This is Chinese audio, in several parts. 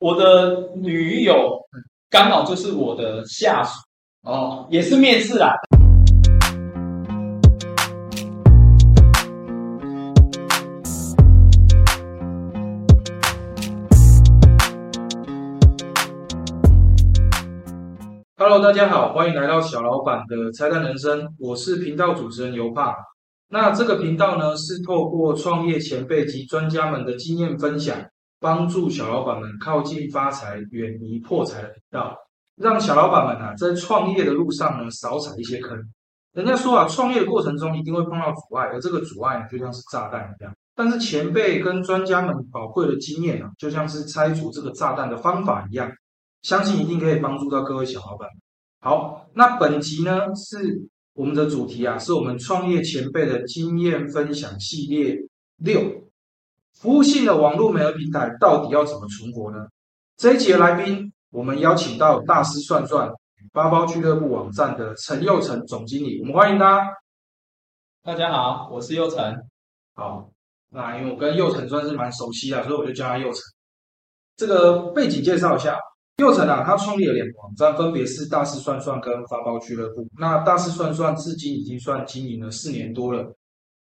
我的女友刚好就是我的下属，哦，也是面试啦。 Hello，大家好，欢迎来到小老板的拆弹人生，我是频道主持人尤帕。那这个频道呢，是透过创业前辈及专家们的经验分享，帮助小老板们靠近发财、远离破财的频道，让小老板们啊，在创业的路上呢，少踩一些坑。人家说啊，创业的过程中一定会碰到阻碍，而这个阻碍呢，就像是炸弹一样。但是前辈跟专家们宝贵的经验啊，就像是拆除这个炸弹的方法一样，相信一定可以帮助到各位小老板。好，那本集呢是我们的主题啊，是我们创业前辈的经验分享系列六，服务性的网络媒合平台到底要怎么存活呢？这一集的来宾，我们邀请到大师算算八包俱乐部网站的陈佑成总经理，我们欢迎他。大家好，我是佑成。好，那因为我跟佑成算是蛮熟悉的，所以我就叫他佑成。这个背景介绍一下，佑成啊，他创立了两个网站，分别是大师算算跟发包俱乐部。那大师算算至今已经算经营了四年多了，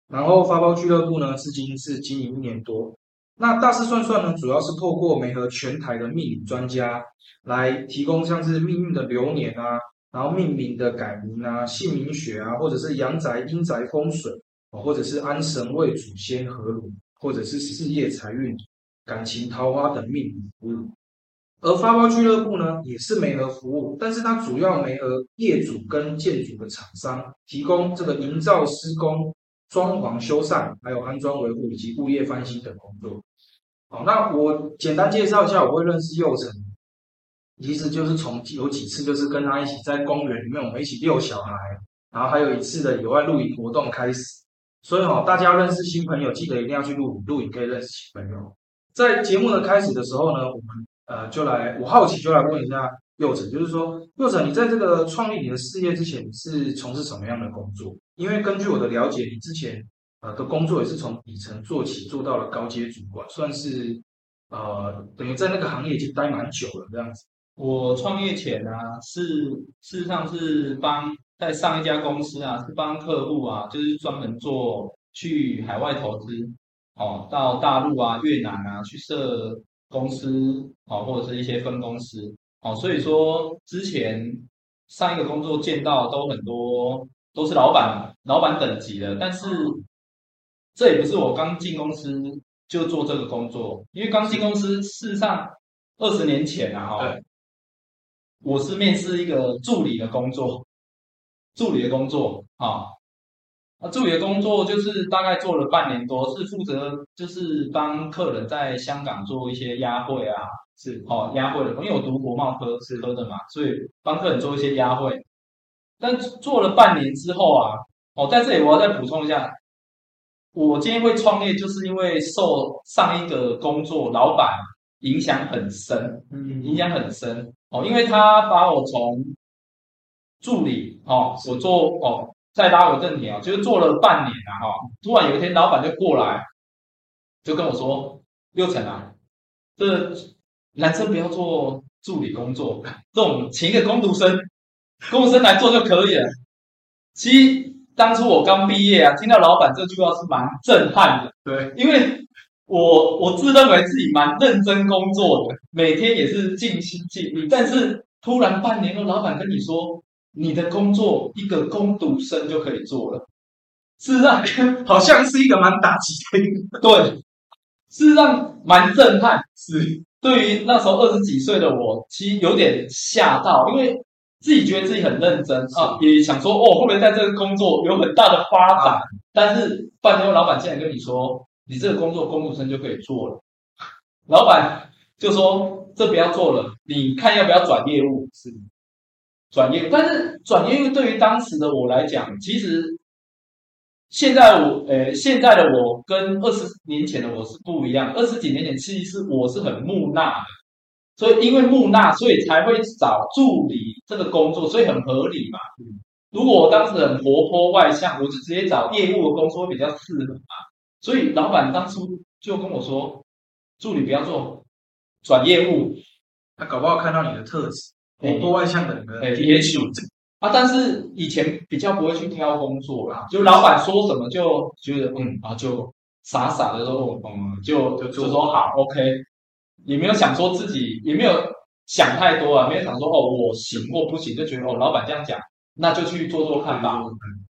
然后发包俱乐部呢，至今是经营一年多。那大师算算呢，主要是透过媒合全台的命理专家来提供像是命运的流年啊，然后命名的改名啊、姓名学啊，或者是阳宅、阴宅风水。哦，或者是安神为祖先合炉，或者是事业财运、感情桃花等命理服务。而发包俱乐部呢，也是媒合服务，但是它主要媒合业主跟建筑的厂商，提供这个营造、施工、装潢、修缮，还有安装维护以及物业翻新等工作。好，那我简单介绍一下，我会认识佑成，其实就是从有几次就是跟他一起在公园里面，我们一起遛小孩，然后还有一次的野外露营活动开始。所以哦，大家认识新朋友，记得一定要去录影，录影可以认识新朋友。在节目的开始的时候呢，我们呃就来，我好奇就来问一下佑成，就是说，佑成，你在这个创立你的事业之前，你是从事什么样的工作？因为根据我的了解，你之前呃的工作也是从底层做起，做到了高阶主管，算是呃等于在那个行业已经待蛮久了这样子。我创业前啊，是事实上是帮在上一家公司啊，是帮客户啊，就是专门做去海外投资，哦，到大陆啊、越南啊去设公司，哦，或者是一些分公司，哦，所以说之前上一个工作见到都很多都是老板、老板等级的，但是这也不是我刚进公司就做这个工作，因为刚进公司事实上二十年前啊，哦对。我是面试一个助理的工作，助理的工作啊，啊，助理的工作就是大概做了半年多，是负责就是帮客人在香港做一些押汇啊，是哦，押汇的，因为我读国贸科是科的嘛，所以帮客人做一些押汇。但做了半年之后啊，哦，在这里我要再补充一下，我今天会创业，就是因为受上一个工作老板影响很深，嗯影响很深哦，因为他把我从助理哦，我做哦，再拉回正题啊，就是做了半年了、啊、哈、突然有一天，老板就过来，就跟我说：“六成啊，这男生不要做助理工作，这种请一个工读生，工读生来做就可以了。”其实当初我刚毕业啊，听到老板这句话是蛮震撼的。对因为我我自认为自己蛮认真工作的，每天也是尽心尽力，但是突然半年后，老板跟你说，你的工作一个工读生就可以做了，是让 好像是一个蛮打击的一个对，是让蛮震撼，是对于那时候二十几岁的我，其实有点吓到，因为。自己觉得自己很认真啊，也想说哦，会不会在这个工作有很大的发展？但是半年后，老板竟然跟你说，你这个工作公务生就可以做了。老板就说这不要做了，你看要不要转业务？是转业务，但是转业务对于当时的我来讲，其实现在我，呃，现在的我跟二十年前的我是不一样。二十几年前其实是我是很木讷的，所以因为木讷，所以才会找助理这个工作，所以很合理嘛嗯。如果我当时很活泼外向，我就直接找业务的工作会比较适合嘛。所以老板当初就跟我说，助理不要做，转业务他搞不好看到你的特质，哎我多外向的人哎的也也许许啊，但是以前比较不会去挑工作啦，就老板说什么就觉得嗯啊就傻傻的说哦嗯就就就做就说好 OK，也没有想说自己也没有想太多啊，没有想说哦我行或不行，就觉得哦老板这样讲，那就去做做看吧。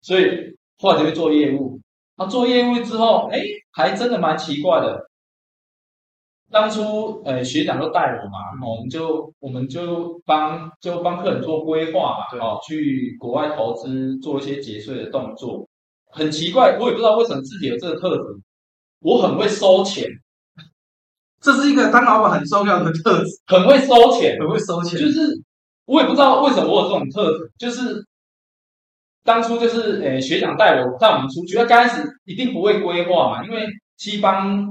所以后来就去做业务。那、做业务之后，哎，还真的蛮奇怪的。当初呃学长就带我嘛，哦我们就我们就帮就帮客人做规划对嘛，哦，去国外投资做一些节税的动作。很奇怪，我也不知道为什么自己有这个特质，我很会收钱，这是一个当老板很重要的特质，很会收钱，很会收钱，就是我也不知道为什么我有这种特质，就是当初就是诶、学长带我带我们出去，那刚开始一定不会规划嘛，因为西方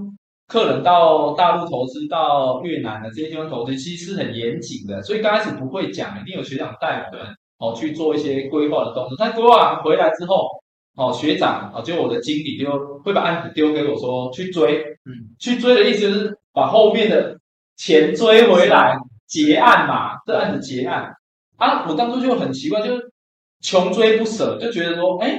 客人到大陆投资、到越南的这些地方投资，其实是很严谨的，所以刚开始不会讲，一定有学长带我们哦去做一些规划的动作。但规划完回来之后，哦学长哦就我的经理就会把案子丢给我说去追，嗯，去追的意思就是把后面的钱追回来，结案嘛，这案子结案啊。我当初就很奇怪，就是穷追不舍，就觉得说，哎，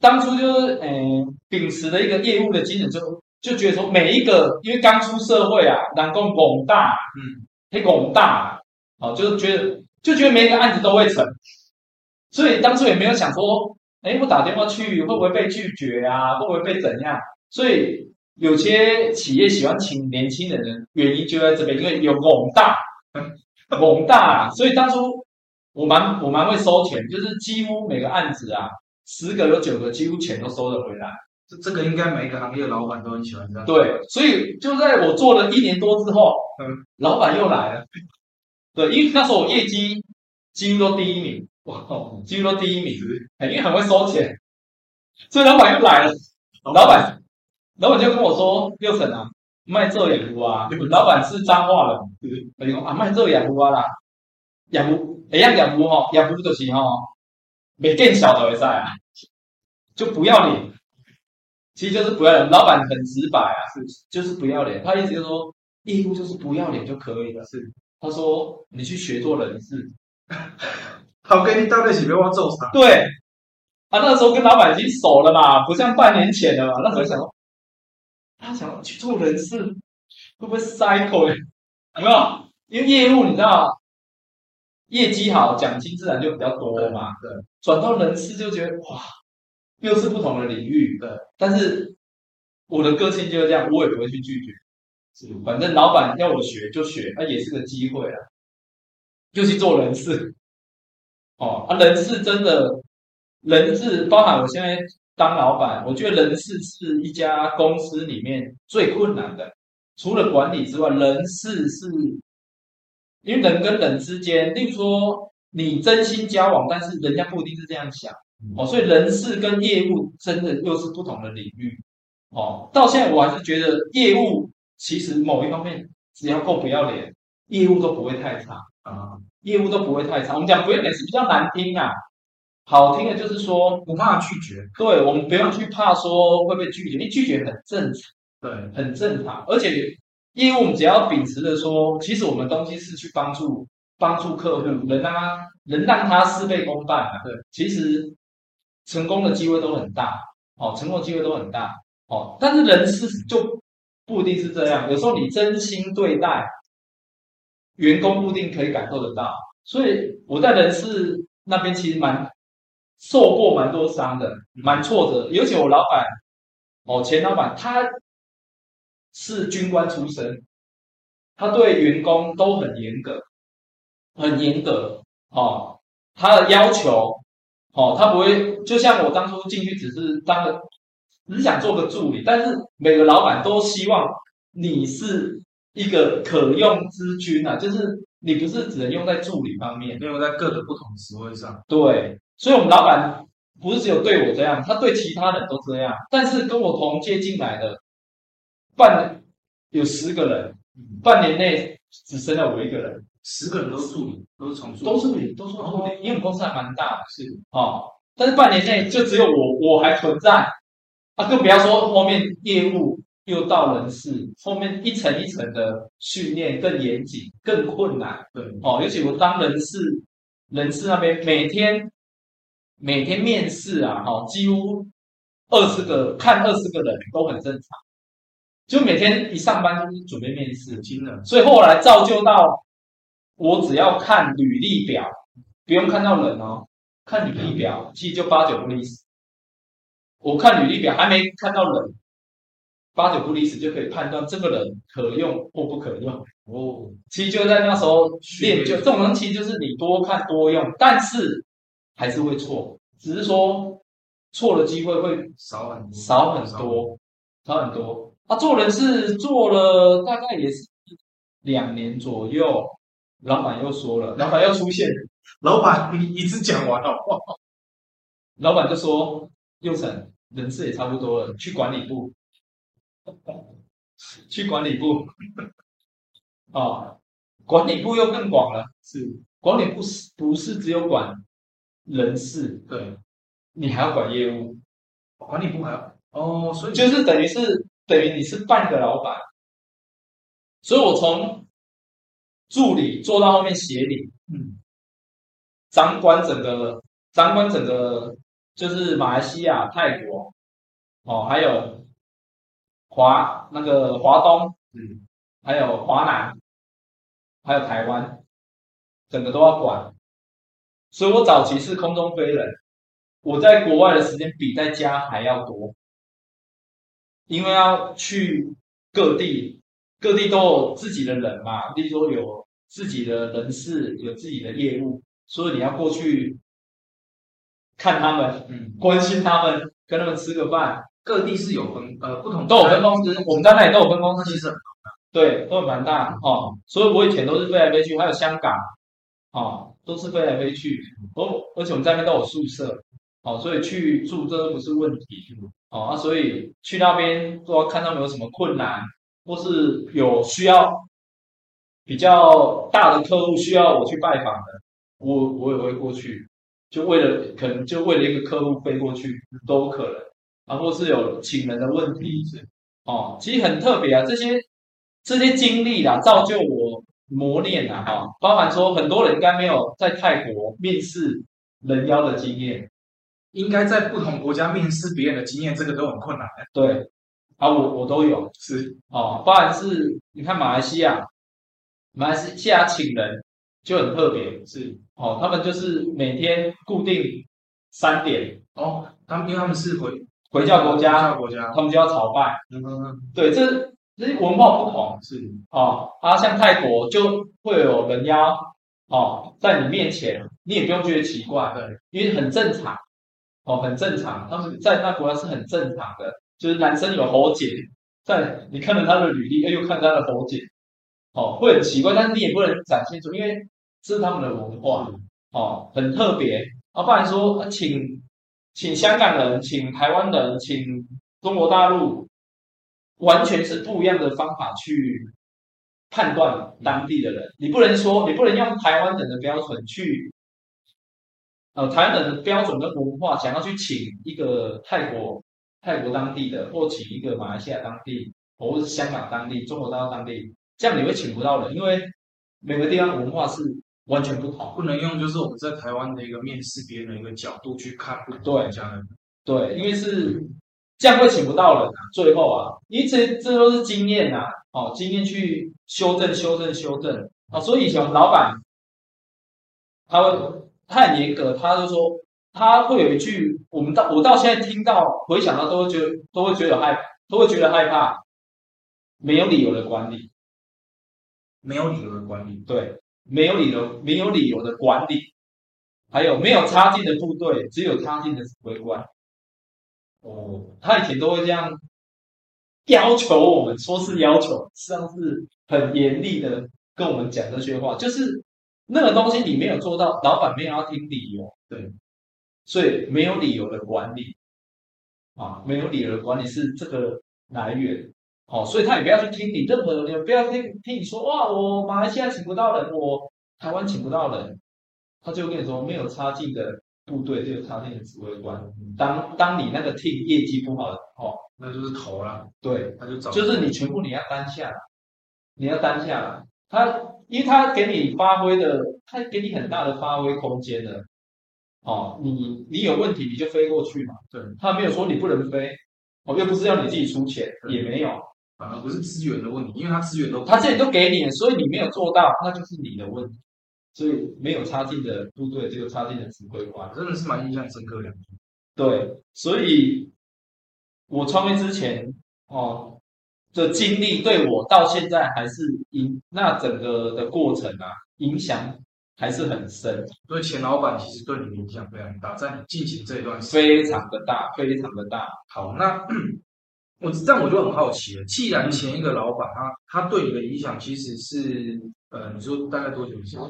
当初就是嗯、呃秉持的一个业务的精神，就就觉得说每一个，因为刚出社会啊，南宫广大，嗯，黑广大，哦，就是觉得就觉得每一个案子都会成，所以当初也没有想说，哎，我打电话去会不会被拒绝啊，会不会被怎样？所以有些企业喜欢请年轻人的原因就在这边，因为有广大， 广大、啊，所以当初我蛮我蛮会收钱，就是几乎每个案子啊，十个有九个几乎钱都收得回来。这这个应该每一个行业老板都很喜欢这样。，对，所以就在我做了一年多之后，嗯嗯，老板又来了。对，因为那时候我业绩几乎都第一名，哇，几乎都第一名，哎因为很会收钱，所以老板又来了。老板，老板就跟我说：“六婶啊，卖这养乌啊， 老板是彰化 人，我就说啊，卖这养乌啊啦，养乌，哎呀养乌吼，养乌就是吼、没更小的会在啊，就不要脸，其实就是不要脸。老板很直白啊，是就是不要脸，他意思就是说业务就是不要脸就可以了。是，他说你去学做人事，好，跟你到底喜不要揍他？对，啊，那时候跟老板已经熟了嘛，不像半年前了嘛。那时候想说，他想去做人事，会不会 cycle？有没有？因为业务你知道，业绩好，奖金自然就比较多嘛。对，转到人事就觉得哇，又是不同的领域。对，但是我的个性就是这样，我也不会去拒绝。是，反正老板要我学就学，那、也是个机会啦。就去做人事，哦，啊，人事真的，人事包含我现在当老板，我觉得人事是一家公司里面最困难的，除了管理之外，人事是因为人跟人之间，例如说你真心交往，但是人家不一定是这样想哦，所以人事跟业务真的又是不同的领域哦。到现在我还是觉得业务其实某一方面只要够不要脸，业务都不会太差，啊，业务都不会太差。我们讲不要脸是比较难听啊，好听的就是说，不怕拒绝。对我们不用去怕说会被拒绝，因为拒绝很正常。对，很正常。而且业务我们只要秉持着说，其实我们东西是去帮助帮助客户，能让他能让他事倍功半啊。对，其实成功的机会都很大，哦，成功的机会都很大，哦。但是人事就不一定是这样，有时候你真心对待员工，不一定可以感受得到。所以我在人事那边其实蛮受过蛮多伤的，蛮挫折的。尤其我老板，哦，前老板他是军官出身，他对员工都很严格，很严格哦。他的要求哦，他不会就像我当初进去只是当个，只是想做个助理，但是每个老板都希望你是一个可用之军啊，就是你不是只能用在助理方面。没有在各个不同的职位上，对，所以我们老板不是只有对我这样，他对其他人都这样。但是跟我同届进来的，半有十个人，嗯半年内只剩下我一个人，十个人都是助理，都是从助理，都是你，都是我，因为我们公司还蛮大的是哦。但是半年内就只有我，我还存在啊，更不要说后面业务又到人事，后面一层一层的训练更严谨、更困难。对，哦，尤其我当人事，人事那边每天每天面试啊，哈、哦，几乎二十个看二十个人都很正常，就每天一上班就是准备面试，惊人，所以后来造就到我只要看履历表，不用看到人哦，看履历表其实就八九不离十。我看履历表还没看到人，八九不离十就可以判断这个人可用或不可用。哦，其实就在那时候练就训练这种东西，就是你多看多用，但是还是会错，只是说错的机会会少很多，少很多，少很多。他、做人是做了大概也是两年左右，老板又说了，老板又出现，老板，你一次讲完好不好？老板就说：“佑成，人事也差不多了，去管理部， 去管理部。”哦，管理部又更广了，是，管理部是不是只有管人事，对，你还要管业务？管理部还有哦，所以就是等于是等于你是半个老板，所以我从助理做到后面协理，嗯，掌管整个掌管整个就是马来西亚、泰国，哦，还有华那个华东，嗯，还有华南，还有台湾，整个都要管。所以我早期是空中飞人，我在国外的时间比在家还要多，因为要去各地，各地都有自己的人嘛，例如说有自己的人事，有自己的业务，所以你要过去看他们，嗯，关心他们，跟他们吃个饭，各地是有分呃不同，都有分公司，我们在那里都有分公那司其，实很对，都很蛮大哦，所以我以前都是飞来飞去，还有香港，哦，都是飞来飞去。我而且我们在那边都有宿舍，哦，所以去住这都不是问题，哦，啊、所以去那边都要看他们有什么困难，或是有需要比较大的客户需要我去拜访的，我我也会过去，就为了可能就为了一个客户飞过去都有可能，啊，或是有请人的问题，哦，其实很特别啊，这些这些经历啦，造就我磨练啊，哈、包含说很多人应该没有在泰国面试人妖的经验，应该在不同国家面试别人的经验，这个都很困难，对，啊，我我都有是，哦，包含是你看马来西亚，马来西亚请人就很特别是，哦，他们就是每天固定三点哦，他们因为他们是回回教国家，回教国家，他们就要朝拜，嗯，对，这这些文化不同。是，哦，啊，像泰国就会有人妖哦，在你面前，你也不用觉得奇怪，对，因为很正常，哦，很正常，他们在那国家是很正常的，就是男生有喉结，在你看了他的履历，哎又看他的喉结，哦，会很奇怪，但是你也不能展现出，因为这是他们的文化，哦，很特别，啊，不然说啊请请香港人，请台湾人，请中国大陆，完全是不一样的方法去判断当地的人。你不能说，你不能用台湾人的标准去，呃，台湾人的标准跟文化，想要去请一个泰国泰国当地的，或请一个马来西亚当地，或是香港当地、中国大陆当地，这样你会请不到人，因为每个地方文化是完全不同。不能用就是我们在台湾的一个面试别人的一个角度去看不同对国家的，对，因为是这样会请不到人啊，最后啊，因为这这都是经验呐、哦，经验去修正、修正、修正啊、所以以前我们老板他会他很严格，他就说他会有一句，我们到我到现在听到回想到都会觉得都会觉得害都会觉得害怕，没有理由的管理，没有理由的管理，对，没有理由没有理由的管理，还有没有差劲的部队，只有差劲的指挥官。哦，他以前都会这样要求我们，说是要求，实际上是很严厉的跟我们讲这些话，就是那个东西你没有做到，老板没有要听理由，对，所以没有理由的管理啊，没有理由的管理是这个来源。哦，所以他也不要去听你任何的，也不要听听你说哇，我马来西亚请不到人，我台湾请不到人，他就跟你说没有差劲的部队，就有差劲的指挥官。当当你那个 team 业绩不好，哦，那就是投了，对，他就找就是你全部你要担下来，你要担下来。他因为他给你发挥的，他给你很大的发挥空间的。哦，你你有问题你就飞过去嘛。对，他没有说你不能飞，哦，又不是要你自己出钱，对也没有，反啊而不是资源的问题，因为他资源都他这里都给你了，所以你没有做到，那就是你的问题。所以没有插进的部队，这个插进的指挥官。真的是蛮印象深刻的。对，所以我创业之前哦的经历，对我到现在还是影那整个的过程啊，影响还是很深，所以钱老板其实对你的影响非常大，在你进行这一段时间。非常的大，非常的大。好，那 我这样我就很好奇了。既然前一个老板他他对你的影响其实是呃，你说大概多久以前？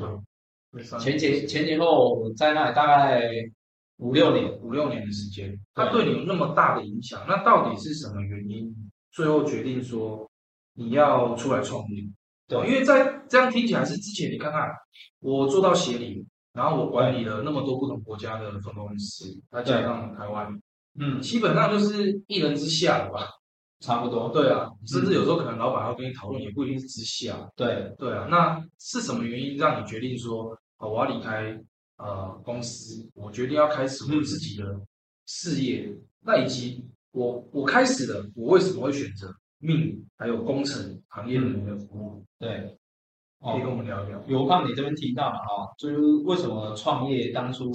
前前前前后我在那里大概五六年，五六年的时间，他对你有那么大的影响，那到底是什么原因？最后决定说你要出来创业，对因为在这样听起来是之前你看看，我做到协理，然后我管理了那么多不同国家的分公司，再加上台湾，嗯，基本上就是一人之下了吧？差不多，对啊，甚嗯至有时候可能老板会跟你讨论，也不一定是之下。对，对啊，那是什么原因让你决定说，哦，我要离开呃公司，我决定要开始我自己的事业？那以及我我开始了，我为什么会选择命还有工程行业人员的服务？对，可以跟嗯哦，我们聊一聊。尤胖你这边提到嘛，哦，就是为什么创业当初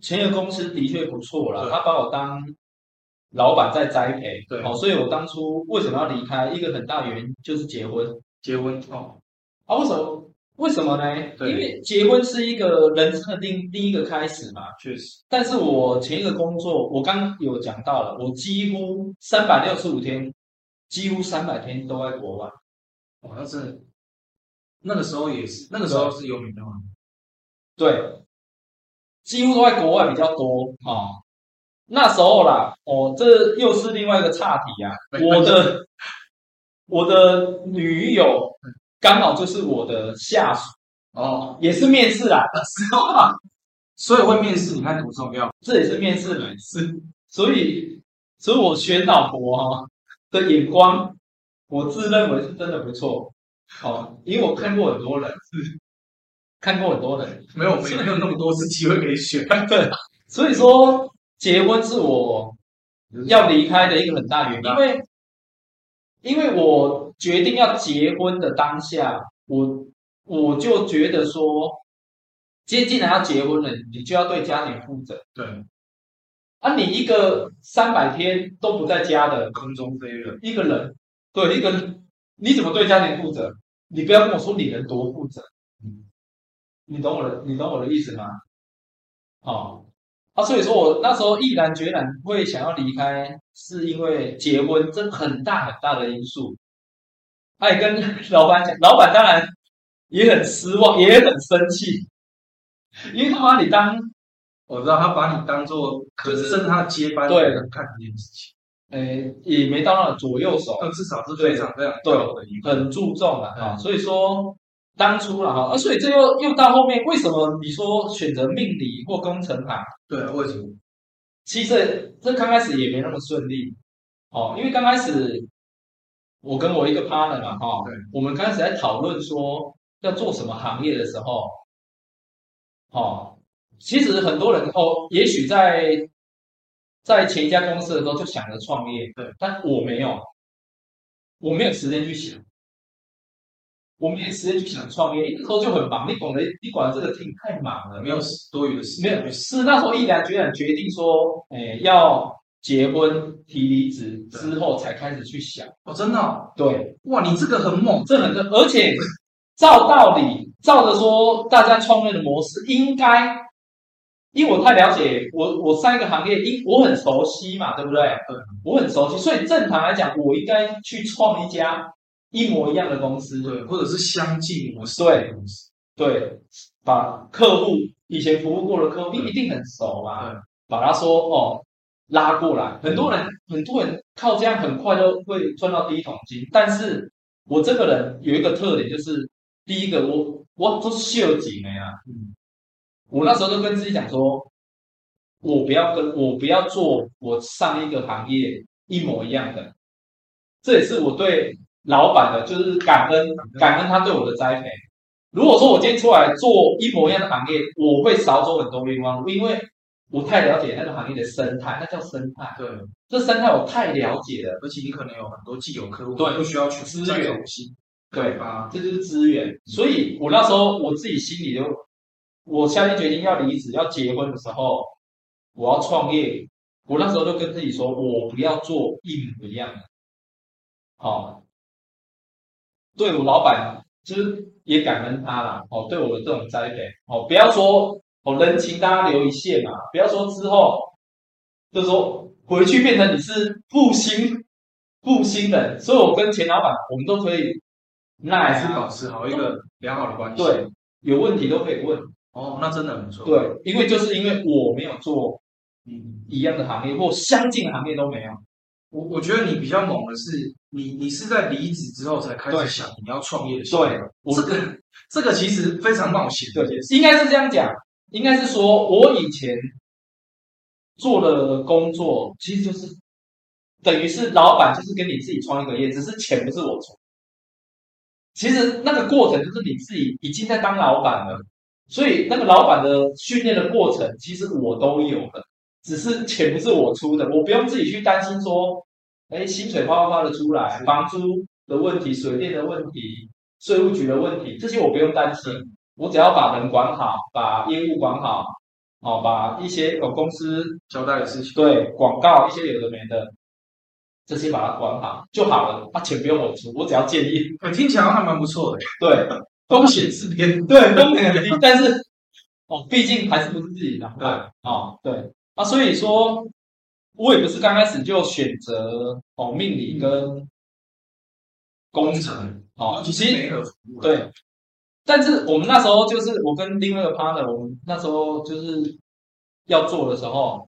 前一个公司的确不错啦，对他把我当老板在栽培，对哦，所以我当初为什么要离开？一个很大原因就是结婚结婚哦，啊，为什么？为什么呢？对因为结婚是一个人生的另另一个开始嘛。确实，但是我前一个工作，我刚有讲到了，我几乎三百六十五天，几乎三百天都在国外。哦，那真的，那个时候也是，那个时候是有女朋友吗，对，几乎都在国外比较多哦。那时候啦，哦，这又是另外一个岔题啊。我的我的女友刚好就是我的下属， 哦， 也是面试啦，所以会面试，你看多重要？这也是面试人是，所以所以我选老婆哦的眼光，我自认为是真的不错哦，因为我看过很多人是看过很多人，没有，我们也没有那么多次机会可以选。对，所以说结婚是我要离开的一个很大原因，因为因为我决定要结婚的当下，我我就觉得说，接近然要结婚了，你就要对家庭负责对，啊！你一个三百天都不在家的空中飞人，一个人，对一个人，你怎么对家庭负责？你不要跟我说你能多负责，嗯你懂我的，你懂我的意思吗？哦，啊，所以说我那时候毅然决然会想要离开，是因为结婚这很大很大的因素。哎，跟老板讲，老板当然也很失望，也很生气，因为他把你当我知道他把你当做可能甚至他的接班对人看这件事情，呃也没当到了左右手，那至少是非常非常高的一个，很注重了啊、嗯所以说当初了哈，啊，所以这又又到后面，为什么你说选择命理或工程行？对啊，为什么？其实这刚开始也没那么顺利哦，因为刚开始我跟我一个 partner 嘛哈、对我们刚开始在讨论说要做什么行业的时候，哦，其实很多人哦，也许在在前一家公司的时候就想着创业，对，但我没有，我没有时间去想。我没时间去想创业，那时候就很忙。你管的，你管的这个 team 太忙了，没有多余的时没间有，是那时候毅然决然决定说，诶、要结婚提离职之后才开始去想。哦，真的哦、对，哇，你这个很猛，这很多，而且照道理，照着说大家创业的模式应该，因为我太了解我我上一个行业，因我很熟悉嘛，对不对？对，我很熟悉，所以正常来讲，我应该去创一家一模一样的公司。对，或者是相近模式，对，对，把客户以前服务过的客户，你一定很熟对嘛，把他说哦拉过来，很多人很多人靠这样很快就会赚到第一桶金，但是我这个人有一个特点，就是第一个我我都秀景了呀，嗯我那时候就跟自己讲说，我不要跟我不要做我上一个行业一模一样的，这也是我对老板的，就是感恩感恩他对我的栽培。如果说我今天出来做一模一样的行业，我会少走很多冤枉路，因为我太了解那个行业的生态，那叫生态，对，这生态我太了解了，而且你可能有很多既有客户，对不需要去资再源重新对吧？吧？这就是资源。所以我那时候我自己心里就，我下定决心要离职、要结婚的时候，我要创业。我那时候就跟自己说，我不要做一模一样的。哦，对我老板就是也感恩他啦，哦，对我的这种栽培，哦，不要说哦人情大家留一线嘛，不要说之后就说回去变成你是负心负心人，所以我跟前老板我们都可以那还还是是保持好一个良好的关系。对，有问题都可以问，哦，那真的很不错。，对，因为就是因为我没有做嗯，一样的行业或相近的行业都没有，我我觉得你比较猛的是，你你是在离职之后才开对始想你要创业的想对法。我这个这个其实非常冒险的一件事。应该是这样讲，应该是说我以前做的工作其实就是等于是老板就是跟你自己创一个业，只是钱不是我出。其实那个过程就是你自己已经在当老板了，所以那个老板的训练的过程，其实我都有的，只是钱不是我出的，我不用自己去担心说，哎，薪水哗哗哗的出来，房租的问题、水电的问题、税务局的问题，这些我不用担心。我只要把人管好，把业务管好，哦，把一些有公司交代的事情，对广告一些有的没的，这些把它管好就好了。啊，钱不用我出，我只要建议。对，哎听起来还蛮不错的，对，风险是边。对，风险很低，但是哦，毕竟还是不是自己的对哦，对啊，所以说，我也不是刚开始就选择哦命理跟工工程程，哦，其其实实没合服务。，对，但是我们那时候就是我跟另外一个 partner，我们那时候就是要做的时候，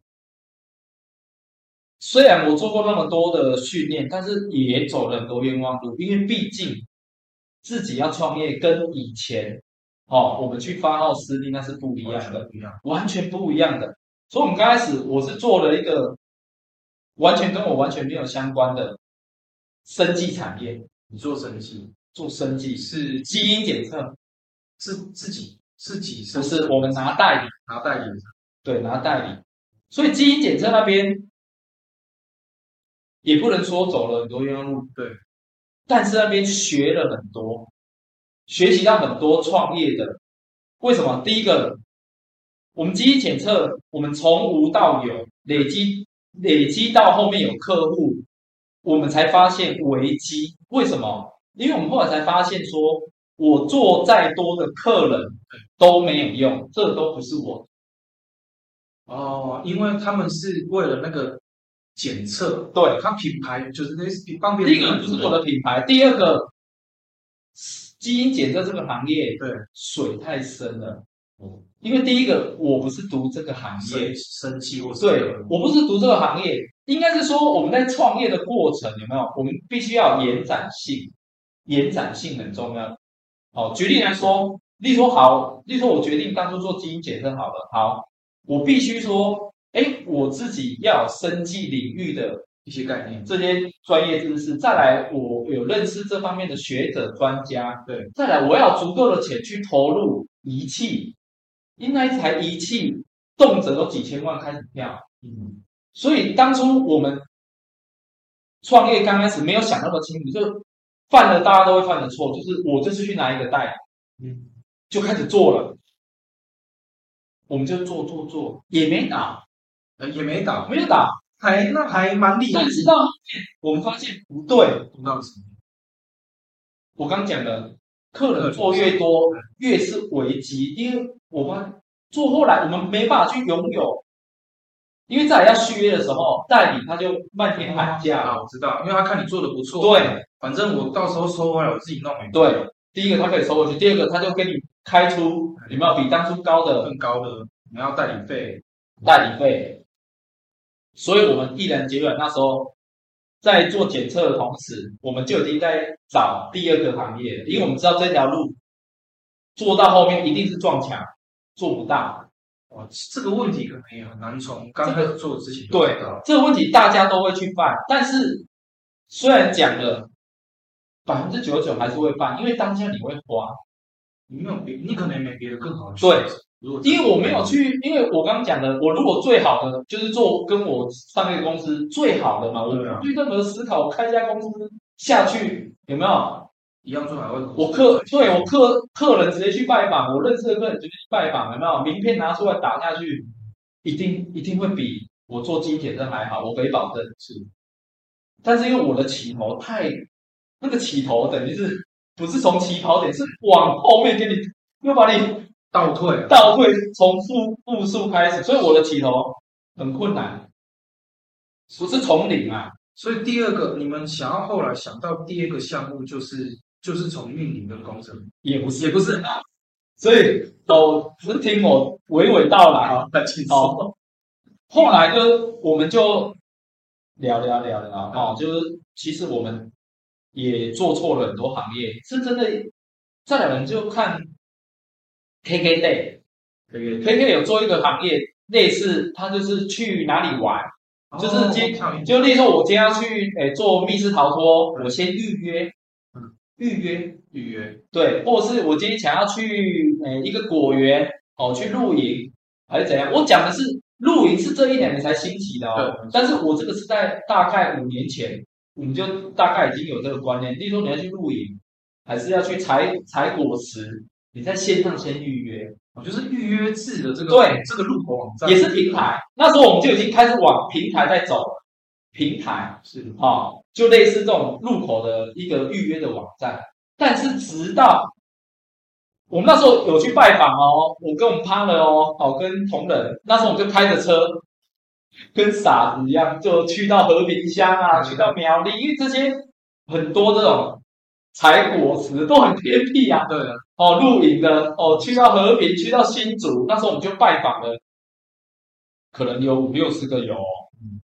虽然我做过那么多的训练，但是也走了很多冤枉路，因为毕竟自己要创业跟以前哦我们去发号施令那是不一一样样的的，，不一样。完全不一样的。所以我们刚开始我是做了一个完全跟我完全没有相关的生技产业，你做生意做生技是基因检测。是自己自己就生是我们拿代理，拿代理，对，拿代理。所以基因检测那边也不能说走了很多冤枉路，对。但是那边学了很多，学习到很多创业的。为什么？第一个，我们基因检测，我们从无到有，累积累积到后面有客户，我们才发现危机。为什么？因为我们后来才发现说，我做再多的客人都没有用，这都不是我哦，因为他们是为了那个检测，对。他品牌就是那是帮别人第一个不是我的品牌，第二个基因检测这个行业对水太深了嗯。因为第一个我不是读这个行业，生生气或是对我不是读这个行业，应该是说我们在创业的过程有没有？我们必须要延展性，延展性很重要。哦，举例来说，例如说好，例如说我决定当初做基因检测好了，好，我必须说，哎，我自己要有生技领域的一些概念，这些专业知识，再来我有认识这方面的学者专家，对，再来我要足够的钱去投入仪器，因为那一台仪器动辄都几千万开始跳，嗯，所以当初我们创业刚开始没有想那么清楚，就犯了大家都会犯的错，就是我就是去拿一个代理，嗯，就开始做了，我们就做做做，也没打，呃也没倒，没有打，还那还蛮厉害但，是到后面我们发现不对，不到什么，我刚讲的，客人做越多越是危机，因为我们做后来我们没办法去拥有，因为再来要续约的时候，代理他就漫天喊价了。啊，我知道，因为他看你做的不错，，对反正我到时候收回来我自己弄没，对，第一个他可以收回去，第二个他就给你开出有没有比当初高的更高的你要代理费，代理费，所以我们毅然决然那时候在做检测的同时，我们就已经在找第二个行业了，因为我们知道这条路做到后面一定是撞墙，做不大。哇，哦这个问题可能也很难从刚开始做之前对啊，这个问题大家都会去办，但是虽然讲了，百分之九十九还是会办，因为当下你会花。你没有别，你可能没别的更好的选对择。如果因为我没有去，因为我刚刚讲的，我如果最好的就是做跟我上一个公司最好的嘛，我对啊不去任何思考，我开一家公司下去有没有？一样做海外投资，我客对我客客人直接去拜访，我认识的客人直接去拜访，有没有？名片拿出来打下去，一定一定会比我做经典的还好，我可以保证是。但是因为我的起头太，那个起头等于是不是从起跑点，是往后面给你又把你倒退啊，倒退从负负数开始，所以我的起头很困难，不是从零啊，所以第二个，你们想要后来想到第二个项目就是就是从运营跟工程，也不是，也不是所以哦，只是听我娓娓道来啊。好很轻松。哦，后来就我们就聊聊聊聊哦，就是其实我们也做错了很多行业，是真的。再来，我们就看 KK Day，KK 可以，有做一个行业类似，它就是去哪里玩。哦就是接跳一就例如说，我今天要去诶、做密室逃脱，我先预约嗯，预约预约，对，或者是我今天想要去诶、一个果园哦去露营，还是怎样？我讲的是露营是这一两年才兴起的哦对，但是我这个是在大概五年前，我们就大概已经有这个观念。例如说你要去露营，还是要去采采果实，你在线上先预约，哦，就是预约制的这个对这个入口网站也是平台。那时候我们就已经开始往平台在走了，平台。是哦，就类似这种入口的一个预约的网站。但是直到我们那时候有去拜访哦，我跟我们 partner 哦，哦跟同仁，那时候我们就开着车，跟傻子一样，就去到和平乡啊，嗯去到苗栗，因为这些很多这种采果实都很偏僻啊，对啊，哦，露营的哦，去到和平，去到新竹，那时候我们就拜访了，可能有五六十个有、哦，嗯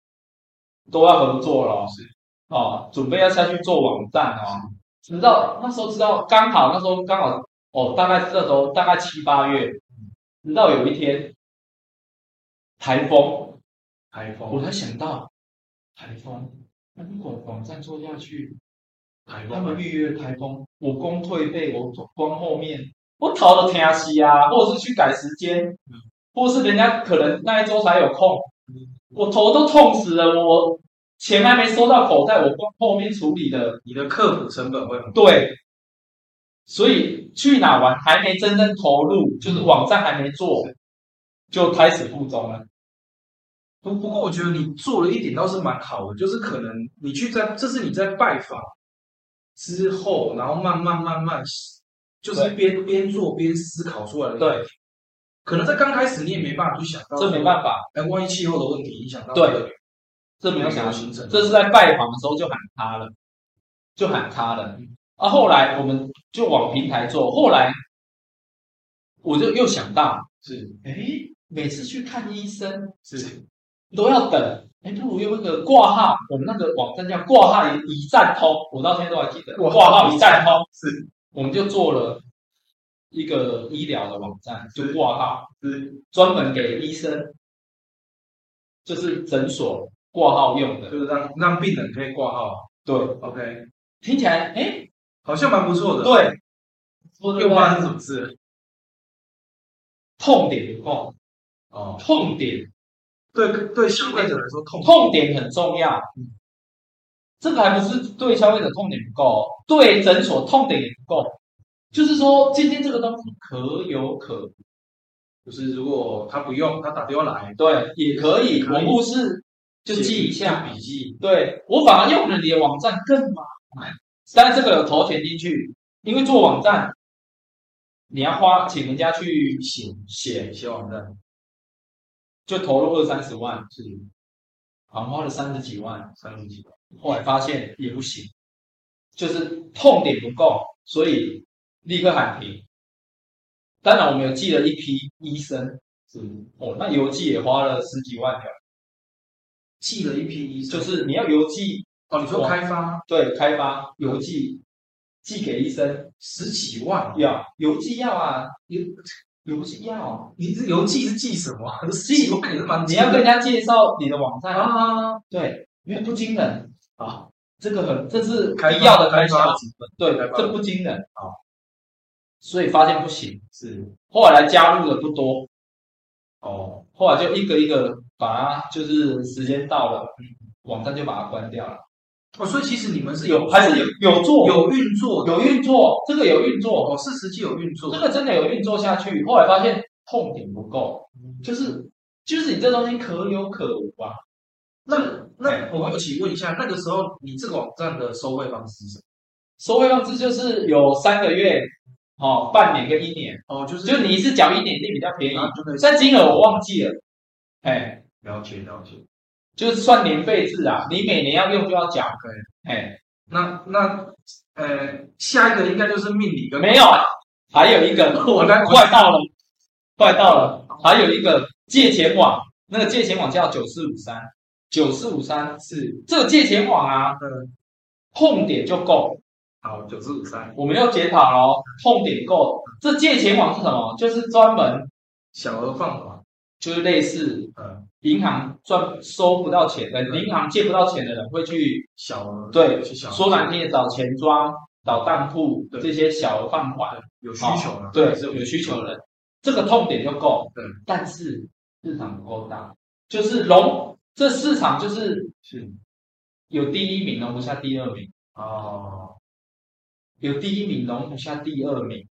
都要合作了哦是，哦，准备要下去做网站哦，直到那时候知道，刚好那时候刚好哦，大概是那时候大概七八月，直到有一天台风，哦台我风才想到台风，那如果网站做下去，台他们风，预约台风，我功退费，我走光后面，我逃的天西啊，或者是去改时间，或是人家可能那一周才有空，我头都痛死了，我钱还没收到口袋，我光后面处理的，你的客服成本会很对，所以去哪玩还没真正投入，就是网站还没做，就开始负重了，不不过我觉得你做了一点倒是蛮好的，就是可能你去在这是你在拜访之后，然后慢慢慢慢就是对边边做边思考出来的。，对，可能在刚开始你也没办法去想到，这没办法，哎，万一气候的问题影响到对这个这没有想到。行程，这是在拜访的时候就喊他了，就喊他了。啊，后来我们就往平台做，后来我就又想到，是哎，每次去看医生是都要等，哎，不如用一个挂号，我们那个网站叫挂号一站通，我到现在都还记得，哇挂号一站通，是我们就做了一个医疗的网站，就是挂号。是，专门给医生，就是诊所挂号用的。就是让让病人可以挂号对， ，OK，听起来哎，好像蛮不错的。，对，说对又不发生对？什么事了？痛点不够，哦，痛点对对，消费者来说痛痛点很重要。这个还不是对消费者痛点不够哦，对诊所痛点也不够。就是说，今天这个东西可有可无，就是如果他不用，他打电话来对，也可以。可以我护士就记一下，笔记，对我反而用了你的网站更麻烦，但这个有投钱进去，因为做网站你要花请人家去写写，写网站就投入二三十万，是好像花了三十几万，三十几吧，后来发现也不行，就是痛点不够，所以立刻喊停。当然，我们有寄了一批医生，是哦，那邮寄也花了十几万条，寄了一批医生，就是你要邮寄哦，你说开发对开发邮寄寄给医生十几万，要邮寄要啊，一邮要，你是邮寄是寄什么？寄我感觉是蛮你要跟人家介绍你的网站，啊，对，因为不惊人啊好，这个很这是开必要的开开发销，几份，对开，发这不惊人啊好，所以发现不行，是后来加入的不多，哦，后来就一个一个把它，就是时间到了，网站就把它关掉了。哦，所以其实你们是有还是有有做有运作的，有运作，这个有运作，哦，是实际有运作这，个真的有运作下去。后来发现痛点不够，嗯就是就是你这东西可有可无啊。那那哎我好奇问一下，那个时候你这个网站的收费方式是什么？收费方式就是有三个月、哦半年跟一年，哦，就是就你一次缴一年定比较便宜然，后就可以但金额我忘记了，哎，了解了解。就是算年费制啊，你每年要用就要缴，哎，那那呃，下一个应该就是命理跟没有，啊还有一个我来我快到了，快到了。还有一个借钱网，那个借钱网叫九四五三，九四五三是这个借钱网啊，嗯痛点就够。好九四五三我们要检讨喽，痛点够。这借钱网是什么？就是专门小额放款，就是类似呃嗯，银行赚收不到钱的，呃对银行借不到钱的人会去小额对去小额说难听点找钱庄、找当铺对这些小额放款。有需求了，对，是有需求的人，这个痛点就够。对，但是市场不够大，就是容这市场就是是有第一名容不下第二名，哦，有第一名容不下第二名。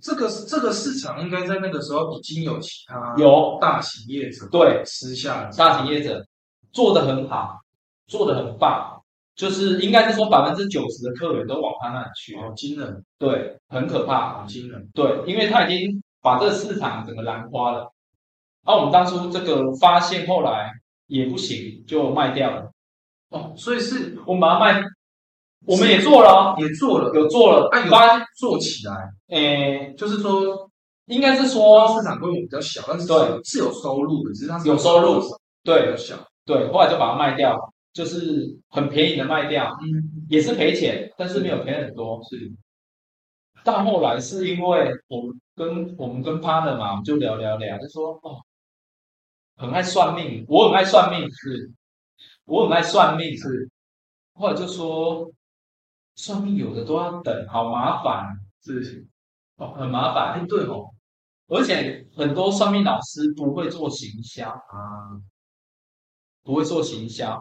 这个这个市场应该在那个时候已经有其他有大型业者对私下的大型业者做的很好，做的很棒，就是应该是说百分之九十的客源都往他那里去了，好惊哦人，对，很可怕。好惊人，对，因为他已经把这个市场整个兰花了。那、我们当初这个发现后来也不行，就卖掉了。哦，所以是我们把它卖，我们也做了哦，也做了，有做了，啊有发现，做起来，诶，就是说应该是它说市场规模比较小，但是对是是有收入的，只是它有收入比对较小，对，后来就把它卖掉，就是很便宜的卖掉，嗯，也是赔钱，但是没有赔很多。是到后来是因为我们跟我们跟 partner 嘛，我们就聊聊聊，就说哦，很爱算命，我很爱算命，是，我很爱算命，是后来就说算命有的都要等，好麻烦，是，哦，很麻烦。哎对哦，而且很多算命老师不会做行销，啊，不会做行销，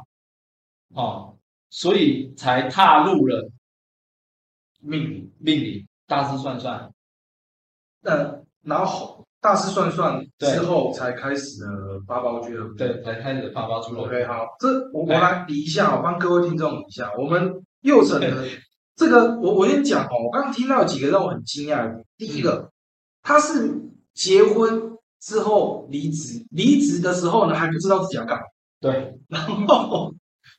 哦，所以才踏入了命理，命理大师算算。那然后大师算算对之后才开始了八包俱乐部，对，才开始发包出来。 OK，好，这我我哎来理一下，我帮各位听众理一下，我们右层哎的这个，我我先讲哦，我刚刚听到有几个让我很惊讶的，第一嗯个，他是结婚之后离职，离职的时候呢还不知道自己要干嘛， 对然后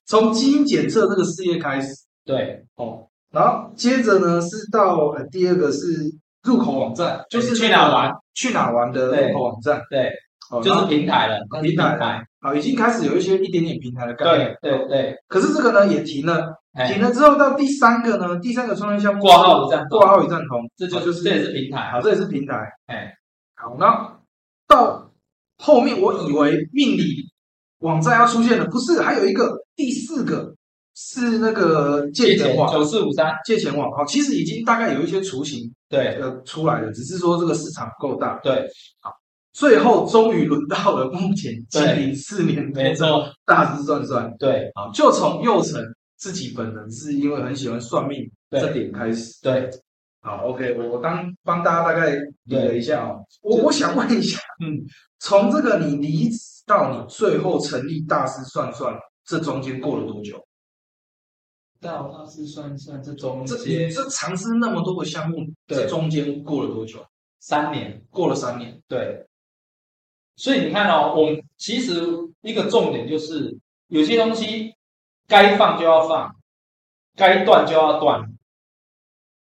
从基因检测这个事业开始，对，哦，然后接着呢是到呃第二个是入口网站，就是去哪玩？哎去哪玩的入口网站，对，哦就然是后平台了，平台了台。好已经开始有一些一点点平台的概念，对对对，可是这个呢也停了。哎停，了之后到第三个呢，第三个创业项目挂号一站通挂号与站通，这好就就是这也是平台好，。这也是平台。哎，好，那到后面我以为命理网站要出现了，不是，还有一个第四个是那个借钱网，九四五三，借钱网好，其实已经大概有一些雏形对呃出来了，只是说这个市场不够大。对，最后终于轮到了目前经对营四年没多的错，大师算算，对好，就从右成自己本人是因为很喜欢算命对这点开始。对，好，OK，我我当帮大家大概理了一下哦。我就我想问一下，嗯，从这个你离职到你最后成立大师算算，这中间过了多久？到大师算算这中这间你这尝试那么多个项目，对这中间过了多久？三年。过了三年。对，所以你看哦，我们其实一个重点就是，有些东西该放就要放，该断就要断。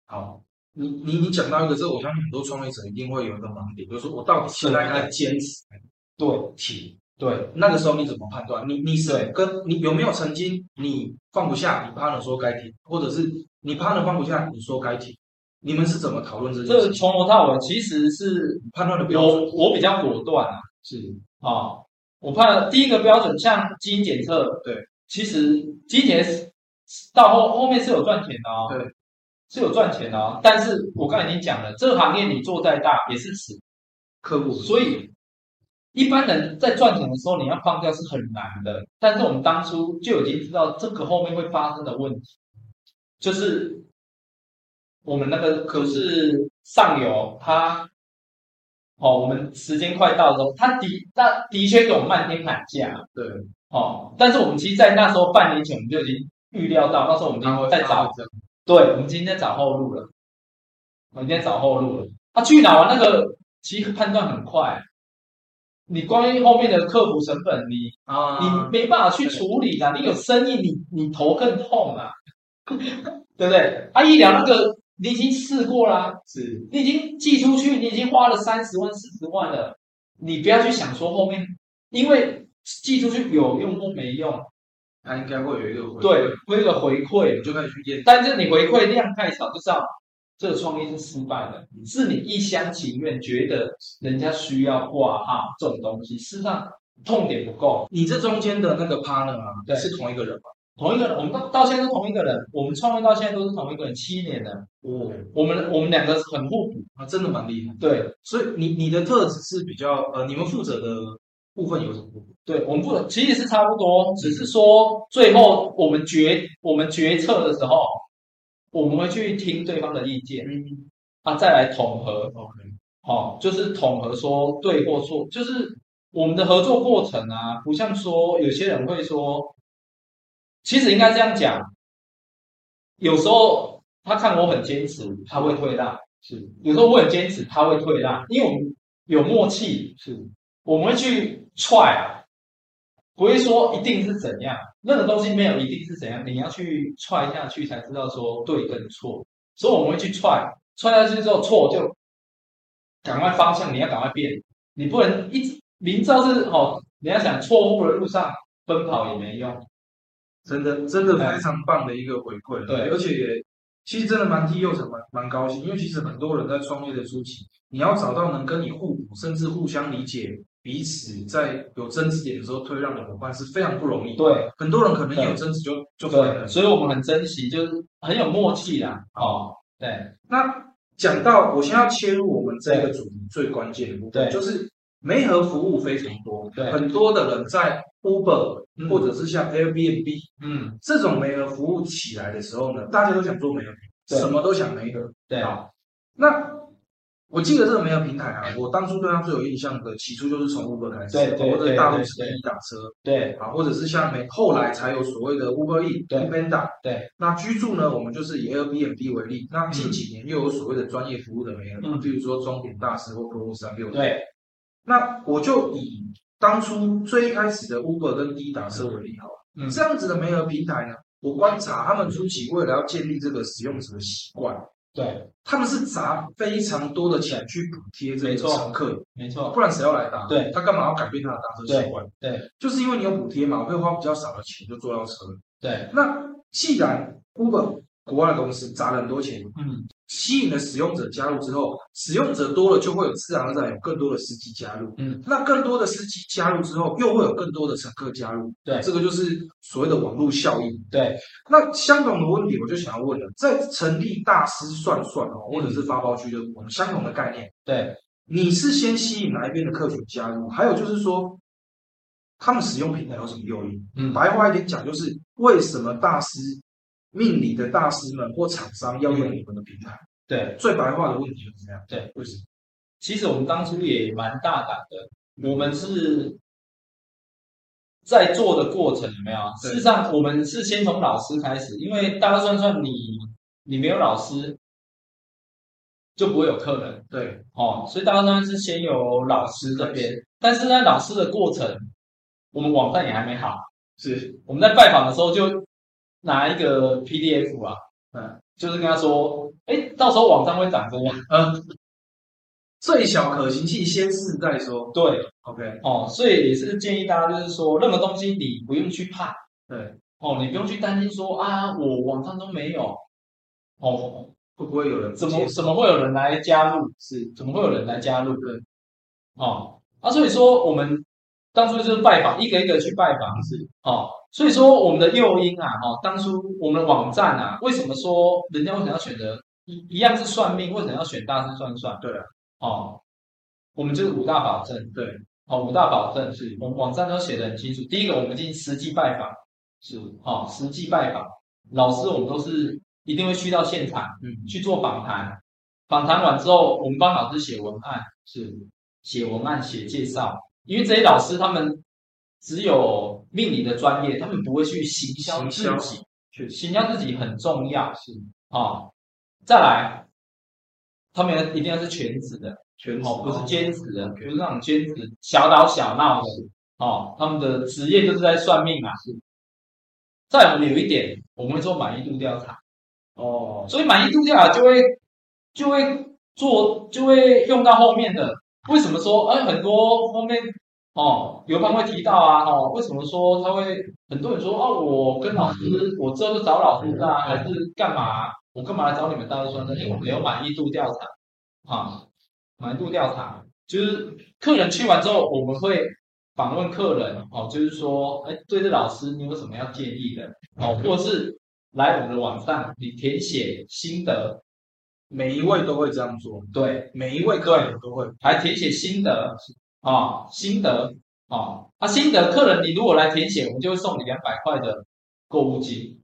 好，你你你讲到一个，这我相信很多创业者一定会有一个盲点，就是说我到底现是在该坚持还是对停？对那个时候你怎么判断？你你是跟你有没有曾经你放不下，你 partner 说该停，或者是你 partner 放不下，你说该停？你们是怎么讨论这件这事情？从头到尾其实是判断的标我准我比较果断啊，是啊、我怕第一个标准像基因检测，对，其实基因检测到后后面是有赚钱的哦，对，是有赚钱的哦，但是我刚才已经讲了，这个行业你做再大也是死客户，所以一般人在赚钱的时候，你要放掉是很难的。但是我们当初就已经知道这个后面会发生的问题，就是我们那个可是上游他。哦，我们时间快到的时候，他的那的确给我们漫天喊价对，哦，但是我们其实，在那时候半年前，我们就已经预料到，那时候我们已然后经在找这样对，我们今天在找后路了，我们今天找后路了。他、去哪玩那个，其实判断很快。你关于后面的客服成本，你你啊，没办法去处理啦。你有生意，你你头更痛啦， 对不对？啊，医疗那个你已经试过啦，是你已经寄出去，你已经花了三十万、四十万了，你不要去想说后面，因为寄出去有用或没用，那应该会有一个回对，会有一个回馈馈，。你就可以去验但是你回馈量太少，就知道这个创意是失败的，是你一厢情愿觉得人家需要挂号这种东西，事实上痛点不够。你这中间的那个 partner 啊，对是同一个人吗？同一个人，我们到到现在都同一个人，我们创业到现在都是同一个人，七年了，哦，我们我们两个很互补，啊，真的蛮厉害。对所以你你的特质是比较呃，你们负责的部分有什么部分？对，我们不能其实是差不多，只是说最后我们决我们决策的时候，我们会去听对方的意见嗯啊，再来统合， ，OK，哦，就是统合说对或错，就是我们的合作过程啊，不像说有些人会说，其实应该这样讲，有时候他看我很坚持，他会退让；是有时候我很坚持，他会退让，因为我们有默契，是，我们会去踹，不会说一定是怎样，那个东西没有一定是怎样，你要去踹下去才知道说对跟错，所以我们会去踹，踹下去之后错就赶快方向，你要赶快变，你不能一直明知道是哦，你要想错误的路上奔跑也没用，真的真的非常棒的一个回馈。啊啊对而且也其实真的蛮替佑成蛮蛮高兴，因为其实很多人在创业的初期，你要找到能跟你互补，甚至互相理解彼此，在有争执点的时候退让的伙伴是非常不容易。，对很多人可能对有争执就就分了对，。所以我们很珍惜，就是很有默契啦，哦，对那讲到我现在要切入我们这个主题最关键的部分，对就是媒合服务非常多，对，很多的人在 Uber 嗯或者是像 Airbnb 嗯，这种媒合服务起来的时候呢，大家都想做媒合，对什么都想媒合。对啊，好，那我记得这个媒合平台啊，我当初对它最有印象的，起初就是从 Uber 开始，对对或者对大陆对司机打车对啊，或者是像美，后来才有所谓的 Uber E、对 Panda。对，那居住呢，我们就是以 Airbnb 为例，那近几年又有所谓的专业服务的媒合，嗯比如说钟点大师或 Pro 三六对那我就以当初最一开始的 Uber 跟滴打车为例好了，嗯这样子的媒合平台呢，我观察他们初期为了要建立这个使用者的习惯，对，他们是砸非常多的钱去补贴这个没错乘客，没错，不然谁要来打？对，他干嘛要改变他的打车习惯？对对就是因为你有补贴嘛，我可以花比较少的钱就坐到车。对，那既然 Uber 国外的公司砸了很多钱，嗯，吸引了使用者加入之后，使用者多了就会有自然而然有更多的司机加入，嗯，那更多的司机加入之后，又会有更多的乘客加入，对这个就是所谓的网络效应。对那相同的问题，我就想要问了，在成立大师算算哦，或者是发包俱乐部，我们相同的概念，对你是先吸引哪一边的客群加入？还有就是说，他们使用平台有什么诱因？嗯白话一点讲，就是为什么大师命理的大师们或厂商要用你们的平台？对。最白话的问题就是这样。对，为什么？其实我们当初也蛮大胆嗯的，我们是在做的过程有没有？啊对事实上，我们是先从老师开始，因为大家算算你，你没有老师就不会有客人对，哦，所以大家当然是先有老师这边，但是在老师的过程，我们网站也还没好，是，我们在拜访的时候就拿一个 PDF 啊，嗯，就是跟他说，哎，到时候网站会长这样，呃，最小可行性先试再说。对， OK，哦，所以也是建议大家，就是说，任何东西你不用去怕对，哦，你不用去担心说啊，我网上都没有哦，会不会有人怎接么受怎么会有人来加入？是怎么会有人来加入？对，哦，啊，所以说我们当初就是拜访，一个一个去拜访是哦，所以说我们的诱因啊，哦，当初我们的网站啊，为什么说人家为什么要选择一一样是算命，为什么要选大师算算？对啊，哦，我们就是五大保证，对，哦，五大保证是我们网站都写的很清楚。第一个，我们进行实际拜访，是哦，实际拜访老师，我们都是一定会去到现场。嗯，去做访谈，访谈完之后，我们帮老师写文案，是写文案、写介绍，因为这些老师他们只有命理的专业，他们不会去行销行自销己，确实行销自己很重要是啊、哦再来，他们一定要是全职的，全职哦，不是兼职的， OK 不是那种兼职小打小闹的哦，他们的职业就是在算命啊。再有有一点，我们会做满意度调查。哦，所以满意度调查就会就会做就会用到后面的。为什么说哎、很多后面哦刘邦会提到啊哦为什么说他会很多人说哦我跟老师我之后就找老师啊还是干嘛我干嘛来找你们大陆专家？因为我们有满意度调查啊满意度调查就是客人去完之后我们会。访问客人哦，就是说，哎，对这老师你有什么要建议的哦，或者是来我们的网站，你填写心得，每一位都会这样做，对，每一位客人都会，还填写心得啊、心得啊、啊，心得客人你如果来填写，我们就会送你两百块的购物金。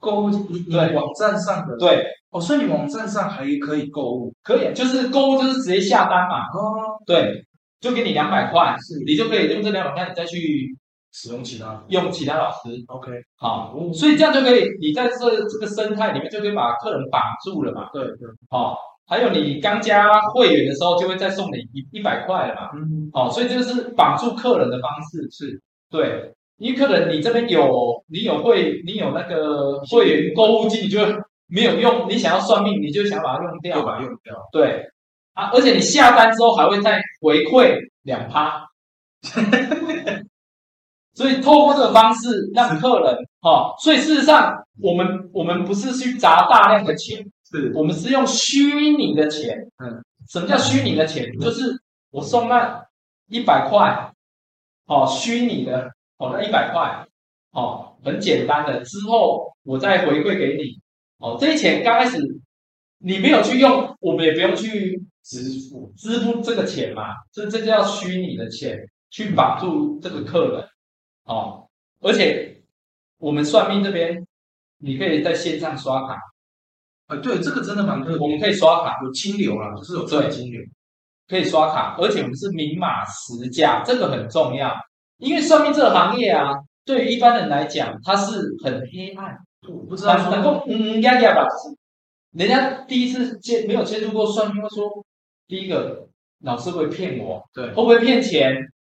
购物你你对网站上的对，哦，所以你网站上还可以购物可以，就是购物就是直接下单嘛，哦，对，就给你两百块，是你就可以用这两百块你再去使用其他用其他老师 OK 啊、哦，所以这样就可以，你在这这个生态里面就可以把客人绑住了嘛，对对，哦，还有你刚加会员的时候就会再送你一一百块了嘛。嗯，哦，所以这就是绑住客人的方式，是对，因为客人你这边有你有会你有那个会员购物金，你就没有用，你想要算命，你就想把它用掉要吧把，用掉，对啊，而且你下单之后还会再回馈两趴， 所以透过这个方式让客人哦，所以事实上我们我们不是去砸大量的钱，是我们是用虚拟的钱，嗯，什么叫虚拟的钱？就是我送那一百块，哦，虚拟的，哦，那一百块，哦，很简单的，之后我再回馈给你，哦，这些钱刚开始你没有去用，我们也不用去支付支付这个钱嘛，这这叫虚拟的钱，去绑住这个客人，哦，而且我们算命这边，你可以在线上刷卡，啊，对，这个真的蛮特别，我们可以刷卡。有金流啦，就是有这个金流，可以刷卡，而且我们是明码实价，这个很重要。因为算命这个行业啊，对于一般人来讲，它是很黑暗，我不知道能能说够嗯呀呀吧，就是人家第一次接没有接触过算命，会说第一个老师会骗我，对会不会骗钱，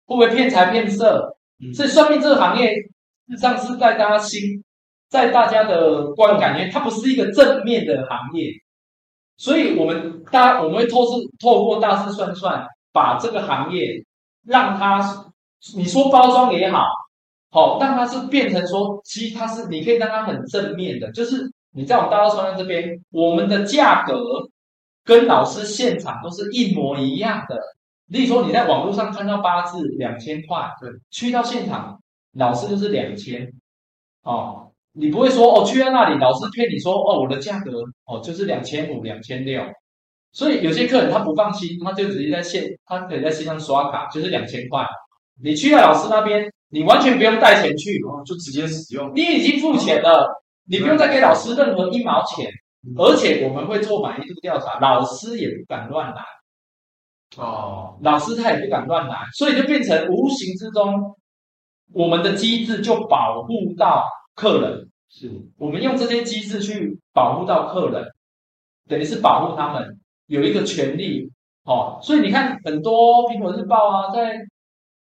会不会骗财骗色？嗯所以算命这个行业，事实上是在大家心，在大家的观感里面，它不是一个正面的行业，所以我们大家我们会透视透过大师算算，把这个行业让它，你说包装也好，好、让它是变成说，其实它是你可以让它很正面的，就是你在我们大师算算这边，我们的价格跟老师现场都是一模一样的。例如说你在网络上看到八字两千块，对，去到现场老师就是两千，哦，你不会说哦去到那里老师骗你说哦我的价格哦就是两千五两千六，所以有些客人他不放心，他就直接在线他可以在线上刷卡，就是两千块，你去到老师那边你完全不用带钱去，哦，就直接使用，你已经付钱了，你不用再给老师任何一毛钱，而且我们会做满意度调查，老师也不敢乱来。哦，老师他也不敢乱来，所以就变成无形之中，我们的机制就保护到客人，是我们用这些机制去保护到客人，等于是保护他们有一个权利哦。所以你看，很多苹果日报啊，在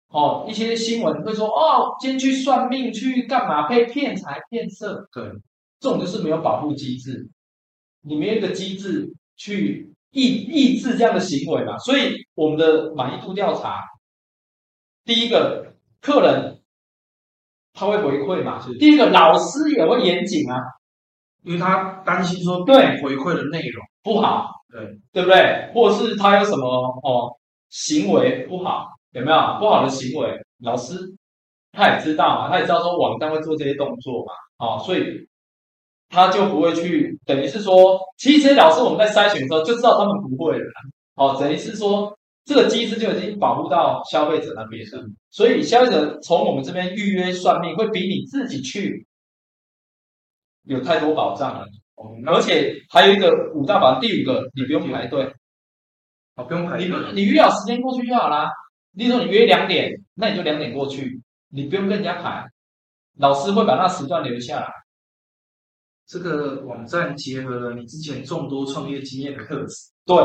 哦一些新闻会说哦，今天去算命去干嘛被骗财骗色，对，这种就是没有保护机制，你没有一个机制去抑抑制这样的行为嘛。所以我们的满意度调查，第一个客人他会回馈嘛是，第一个老师也会严谨啊。因为他担心说对回馈的内容，不好，对对不对？或是他有什么哦行为不好，有没有不好的行为？老师他也知道嘛，他也知道说网站会做这些动作嘛，哦，所以他就不会去，等于是说，其实这些老师我们在筛选的时候就知道他们不会了啦，哦，等于是说这个机制就已经保护到消费者那边了，所以消费者从我们这边预约算命会比你自己去有太多保障了。哦，嗯而且还有一个五大板，第五个你不用排队，哦不用排你队，你约好时间过去就好啦。例如说你约两点，那你就两点过去，你不用跟人家排，老师会把那时段留下来。这个网站结合了你之前众多创业经验的特质，对，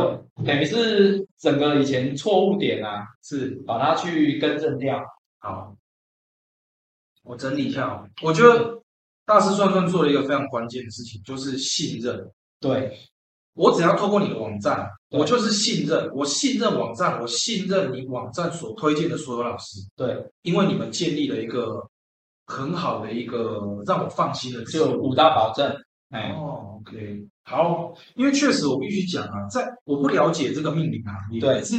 等于是整个以前错误点啊，是把它去更正掉。好。我整理一下哦，我觉得大师算算做了一个非常关键的事情，就是信任。对我只要透过你的网站，对我就是信任，我信任网站，我信任你网站所推荐的所有老师，对，因为你们建立了一个很好的一个让我放心的制就度。五大保证。哎，哦，OK，好，因为确实我必须讲啊，在我不了解这个命理行业，对但是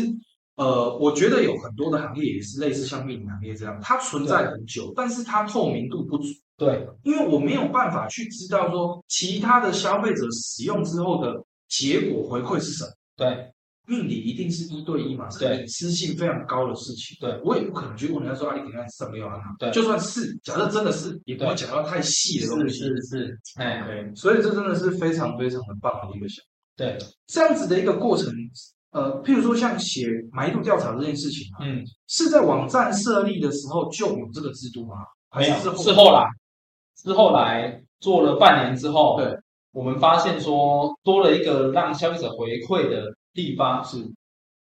呃，我觉得有很多的行业也是类似像命理行业这样，它存在很久，但是它透明度不足，对因为我没有办法去知道说其他的消费者使用之后的结果回馈是什么。对命理一定是一对一嘛，是对隐私性非常高的事情。对，我也不可能去问人家说阿里给他上没有啊？对就算是假设真的是，也不会讲到太细的东是西。是是，哎， OK，所以这真的是非常非常的棒的一个想法。对，这样子的一个过程，呃，譬如说像写埋度调查这件事情啊，嗯，是在网站设立的时候就有这个制度吗？还没有，是是后来，是后来做了半年之后，对，我们发现说多了一个让消费者回馈的地方，是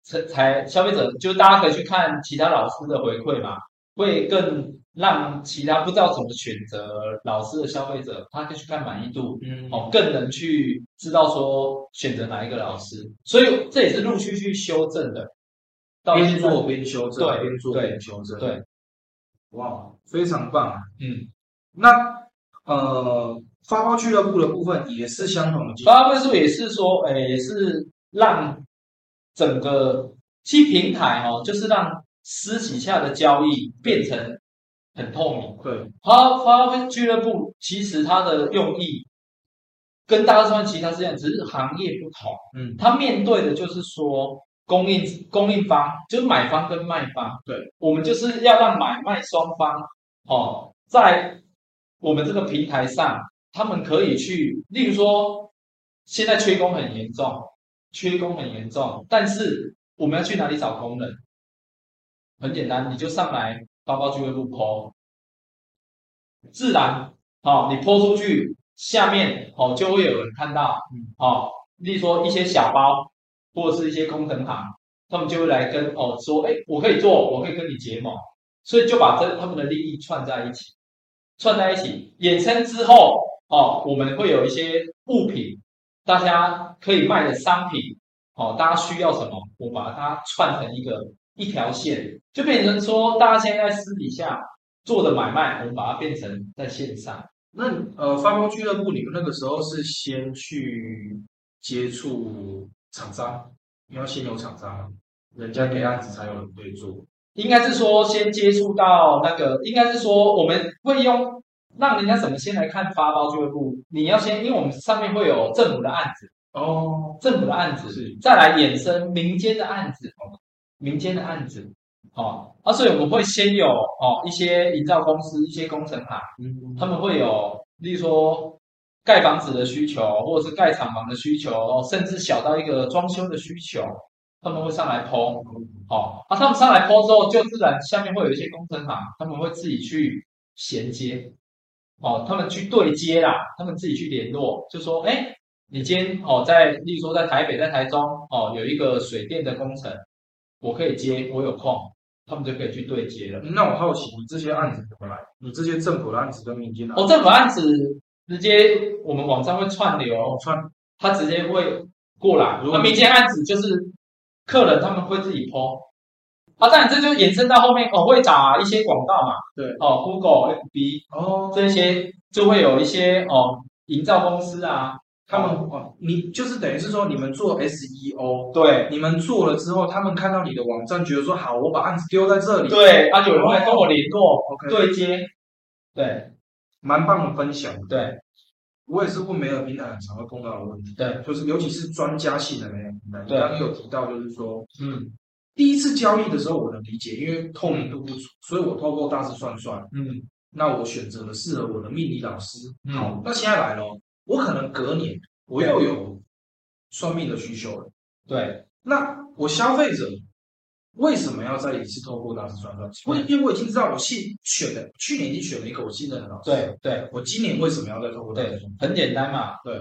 才才消费者就大家可以去看其他老师的回馈嘛，会更让其他不知道怎么选择老师的消费者，他可以去看满意度，嗯哦，更能去知道说选择哪一个老师，所以这也是陆续去修正的，到边现在做边修正，对边做对边修正，对，哇，非常棒啊！嗯，那呃，发包俱乐部的部分也是相同的技术，八位数也是说，诶、也是让整个其实平台哦，就是让私底下的交易变成很透明。对，花花卉俱乐部其实它的用意跟大家说其他是一样，只是行业不同。嗯，它面对的就是说供应供应方，就是买方跟卖方。对，我们就是要让买卖双方哦，在我们这个平台上，他们可以去，例如说现在缺工很严重，缺工很严重，但是我们要去哪里找工人？很简单，你就上来包包俱乐部 PO，自然哦，你 PO 出去，下面哦就会有人看到，嗯哦，例如说一些小包或者是一些工程行，他们就会来跟哦说，哎，我可以做，我可以跟你结盟，所以就把这他们的利益串在一起，串在一起，衍生之后哦，我们会有一些物品，大家可以卖的商品，哦，大家需要什么，我把它串成一个一条线，就变成说大家现在私底下做的买卖，我们把它变成在线上。那你呃，发包俱乐部你们那个时候是先去接触厂商，你要先有厂商，人家给案子才有人对做，应该是说先接触到那个，应该是说我们会用让人家怎么先来看发包俱乐部，你要先，因为我们上面会有政府的案子，哦，政府的案子，是再来衍生民间的案子，民间的案子，哦，啊，所以我们会先有哦一些营造公司、一些工程行，嗯他们会有，例如说盖房子的需求，或者是盖厂房的需求，哦甚至小到一个装修的需求，他们会上来剖。哦，啊，他们上来 PO 之后，就自然下面会有一些工程行，他们会自己去衔接，哦，他们去对接啦，他们自己去联络，就说，哎，你今天哦，在例如说在台北、在台中哦，有一个水电的工程，我可以接，我有空，他们就可以去对接了。那我好奇，你这些案子怎么来？你这些政府的案子跟民间的案哦，政府案子直接我们网站会串流，子，串他直接会过来。如果那民间案子就是客人他们会自己 PO，啊，当然这就衍生到后面哦，会打一些广告嘛，对哦，Google、FB 哦，这些就会有一些哦营造公司啊，他们哦，你就是等于是说你们做 SEO，对你们做了之后，他们看到你的网站，觉得说好，我把案子丢在这里，对，啊，有人会跟我联络，OK，，对接，对蛮棒的分享。对我也是问媒合平台很常会碰到的问题，对，就是尤其是专家性的媒合平台，你对刚刚有提到就是说。嗯第一次交易的时候，我能理解，因为透明度不足，所以我透过大致算算，嗯那我选择了适合我的命理老师。嗯好，那现在来了，我可能隔年我又有算命的需求了。对那我消费者为什么要再一次透过大师算算？我嗯因为我已经知道我信选的，去年已经选了一个我信任的老师，对对我今年为什么要再透过大师对算？，很简单嘛，对，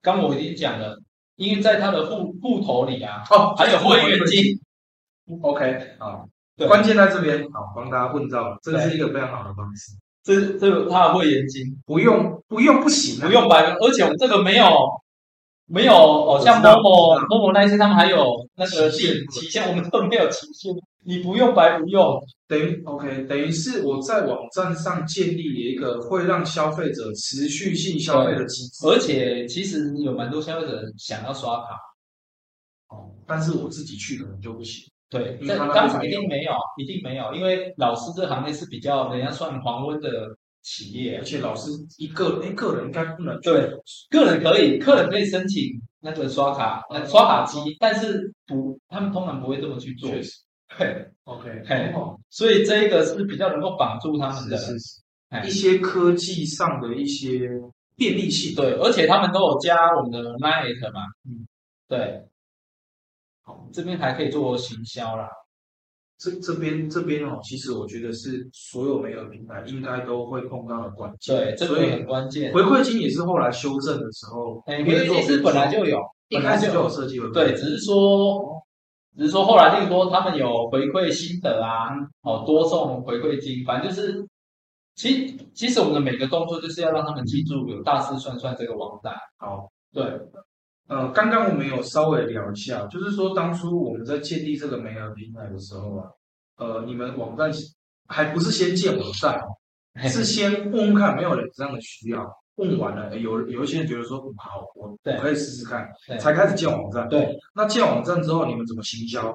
刚我已经讲了，因为在他的户户头里啊，哦，还有会 员金， ，OK 啊，对，关键在这边，好，帮大家混到了，这个是一个非常好的方式，这是这是他的会员金，不用不用不行、啊，不用百分，而且我们这个没有没有哦，像我某知道某我知道某某那些他们还有那个期限期限，我们都没有期限，你不用白不用，等于 OK，等于是我在网站上建立了一个会让消费者持续性消费的机制，而且其实有蛮多消费者想要刷卡，哦，但是我自己去可能就不行，对，嗯但他那当边时没一定没有，一定没有，因为老师这行业是比较人家算黄昏的企业而，且老师一个哎个人应该不能去对，个人可以，个人可以申请那个刷卡，呃，刷卡机，但是不，他们通常不会这么去做，确实 对， OK，嘿哦所以这一个是比较能够绑住他们的，是是哎一些科技上的一些便利性。对，而且他们都有加我们的 Lite 嘛，嗯，对，好，这边还可以做行销啦，这这边这边哦，其实我觉得是所有媒合平台应该都会碰到的关键。对，这个所以很关键，回馈金也是后来修正的时候，哎，因为回做馈是本来就有，一本开来始就就有设计回馈，对，只是说，只是说后来，例如说他们有回馈心得啊，哦，多送回馈金，反正就是，其其实我们的每个动作就是要让他们记住有大师算算这个网站。好。对，呃，刚刚我们有稍微聊一下，就是说当初我们在建立这个媒合平台的时候啊，呃，你们网站还不是先建网 站哦，嘿是先问问看有没有人这样的需要，问完了，呃有有一些人觉得说嗯好，我对我可以试试看，对才开始建网站。对，那建网站之后，你们怎么行销？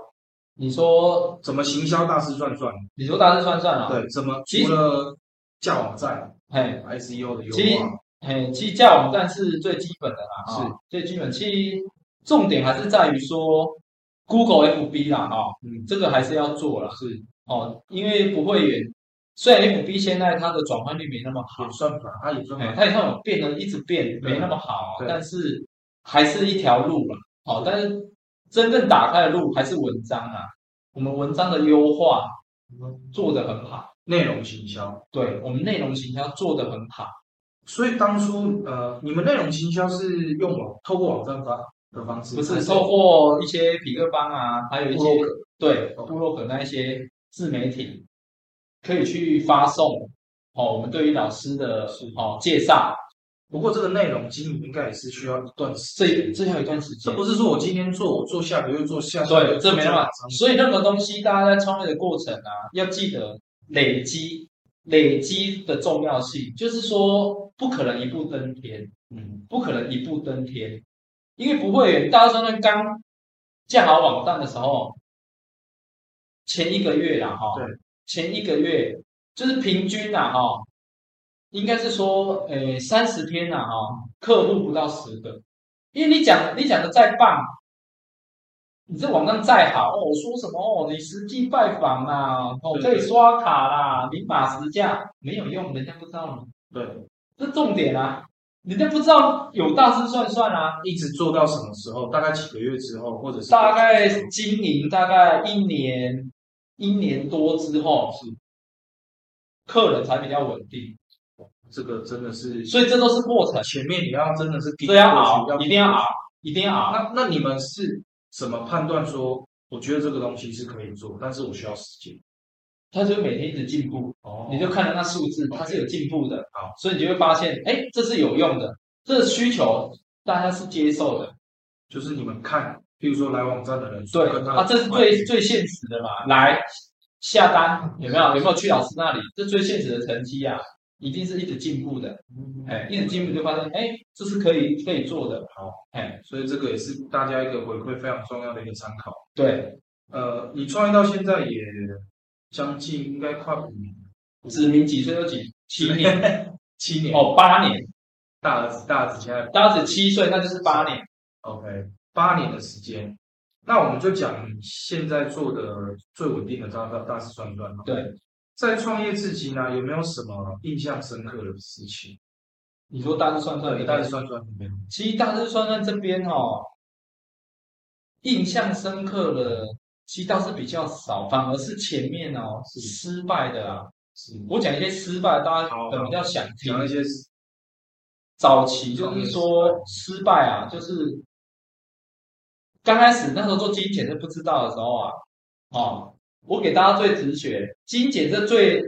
你说怎么行销大师转转？你说大师算算啊？，对，怎么其实除了架网站、嘿， SEO E 的优其实化，嘿，其实架网站是最基本的啦，是哦最基本。其实重点还是在于说 Google FB 啦，哈、哦，嗯，这个还是要做啦。是哦，因为不会远，虽然 FB 现在它的转换率没那么好也，算法，它也算哎，法，它也算有变得一直变，没那么好，对但是还是一条路了。好、但是真正打开的路还是文章啊，我们文章的优化做得很好，内容行销。对我们内容行销做得很好。所以当初呃，你们内容行销是用网透过网站发的方式，不还是透过一些匹克邦啊，还有一些部落对哦部落格那一些自媒体，可以去发送哦，我们对于老师的是哦介绍，不过这个内容经营应该也是需要一段时间。这这要一段时这间。不是说我今天做，我做下个月做下下个对，月，这没办法做马上。所以任何东西，大家在创业的过程啊，要记得累积累积的重要性，就是说不可能一步登天，嗯，不可能一步登天，因为不会，大家算算刚建好网站的时候，前一个月啦，哈，对，前一个月就是平均啦，哈，应该是说，诶，三十天啦，哈，客户不到十个，因为你讲你讲的再棒，你这网站再好哦，我说什么哦，你实际拜访啦，哦，可对以刷卡啦，明码实价没有用，人家不知道你，对，这重点啊，人家不知道有大师算算啊，一直做到什么时候？大概几个月之后，或者是大概经营大概一年一年多之后，是客人才比较稳定，这个真的是所以这都是过程，前面你要真的是这要熬要，一定要熬，一定要熬。那那你们是怎么判断说，我觉得这个东西是可以做，但是我需要时间？他就每天一直进步，哦你就看着那数字，它是有进步的，好，所以你就会发现，哎，这是有用的，这个需求大家是接受的，就是你们看，譬如说来网站的人数对跟他啊，这是最最现实的嘛，来下单有没有有没有去老师那里，这最现实的成绩啊，一定是一直进步的，嗯哎，一直进步就发现，哎，这是可以可以做的，好，哎，所以这个也是大家一个回馈非常重要的一个参考。对，呃，你创业到现在也将近应该快五年，子明几岁就几 七年七年。哦，八年，大儿子，大儿子现在当时七岁，那就是八年， OK，八年的时间。那我们就讲你现在做的最稳定的大大大师算算吧。对，在创业至今呢，有没有什么印象深刻的事情？你说大致算算对，没大大师致，算算里面，其实大致算算这边哦，印象深刻的其实倒是比较少，反而是前面哦是失败的啊，是我讲一些失败，大家好可能比较想听讲。一些早期就是说失败啊，就是刚开始那时候做精简是不知道的时候啊，哦，我给大家最直觉，精简这最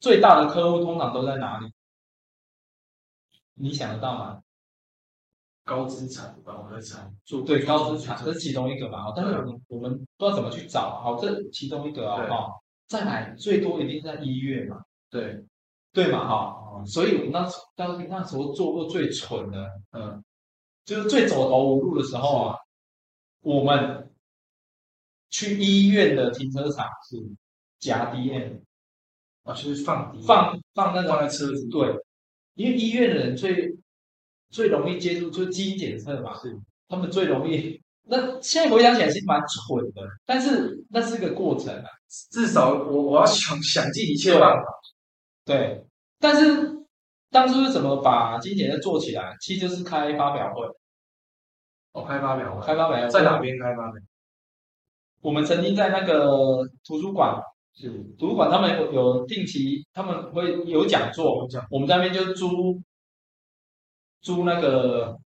最大的客户通常都在哪里？你想得到吗？高资产吧，我在猜。做对，高资产这是其中一个嘛，哦但是我们我们不知道怎么去找，好，这其中一个啊，对哦，再来最多一定是在一月嘛，对，对嘛，哈、哦，所以我们那时当时那时候做过最蠢的。嗯，就是最走投无路的时候啊，我们去医院的停车场是夹 DM 啊，就是放低放放那放个在车子对，因为医院的人最最容易接触就是基因检测嘛，是他们最容易。那现在回想起来其实蛮蠢的，但是那是个过程啊，至少我我要想想尽一切办法。对。但是当初是怎么把基因检测做起来？其实就是开发表会，哦，开发表会开发表会在哪？边开发表？我们曾经在那个图书馆是图书馆他们有有定期，他们会有讲座，讲我们在那边就租租那个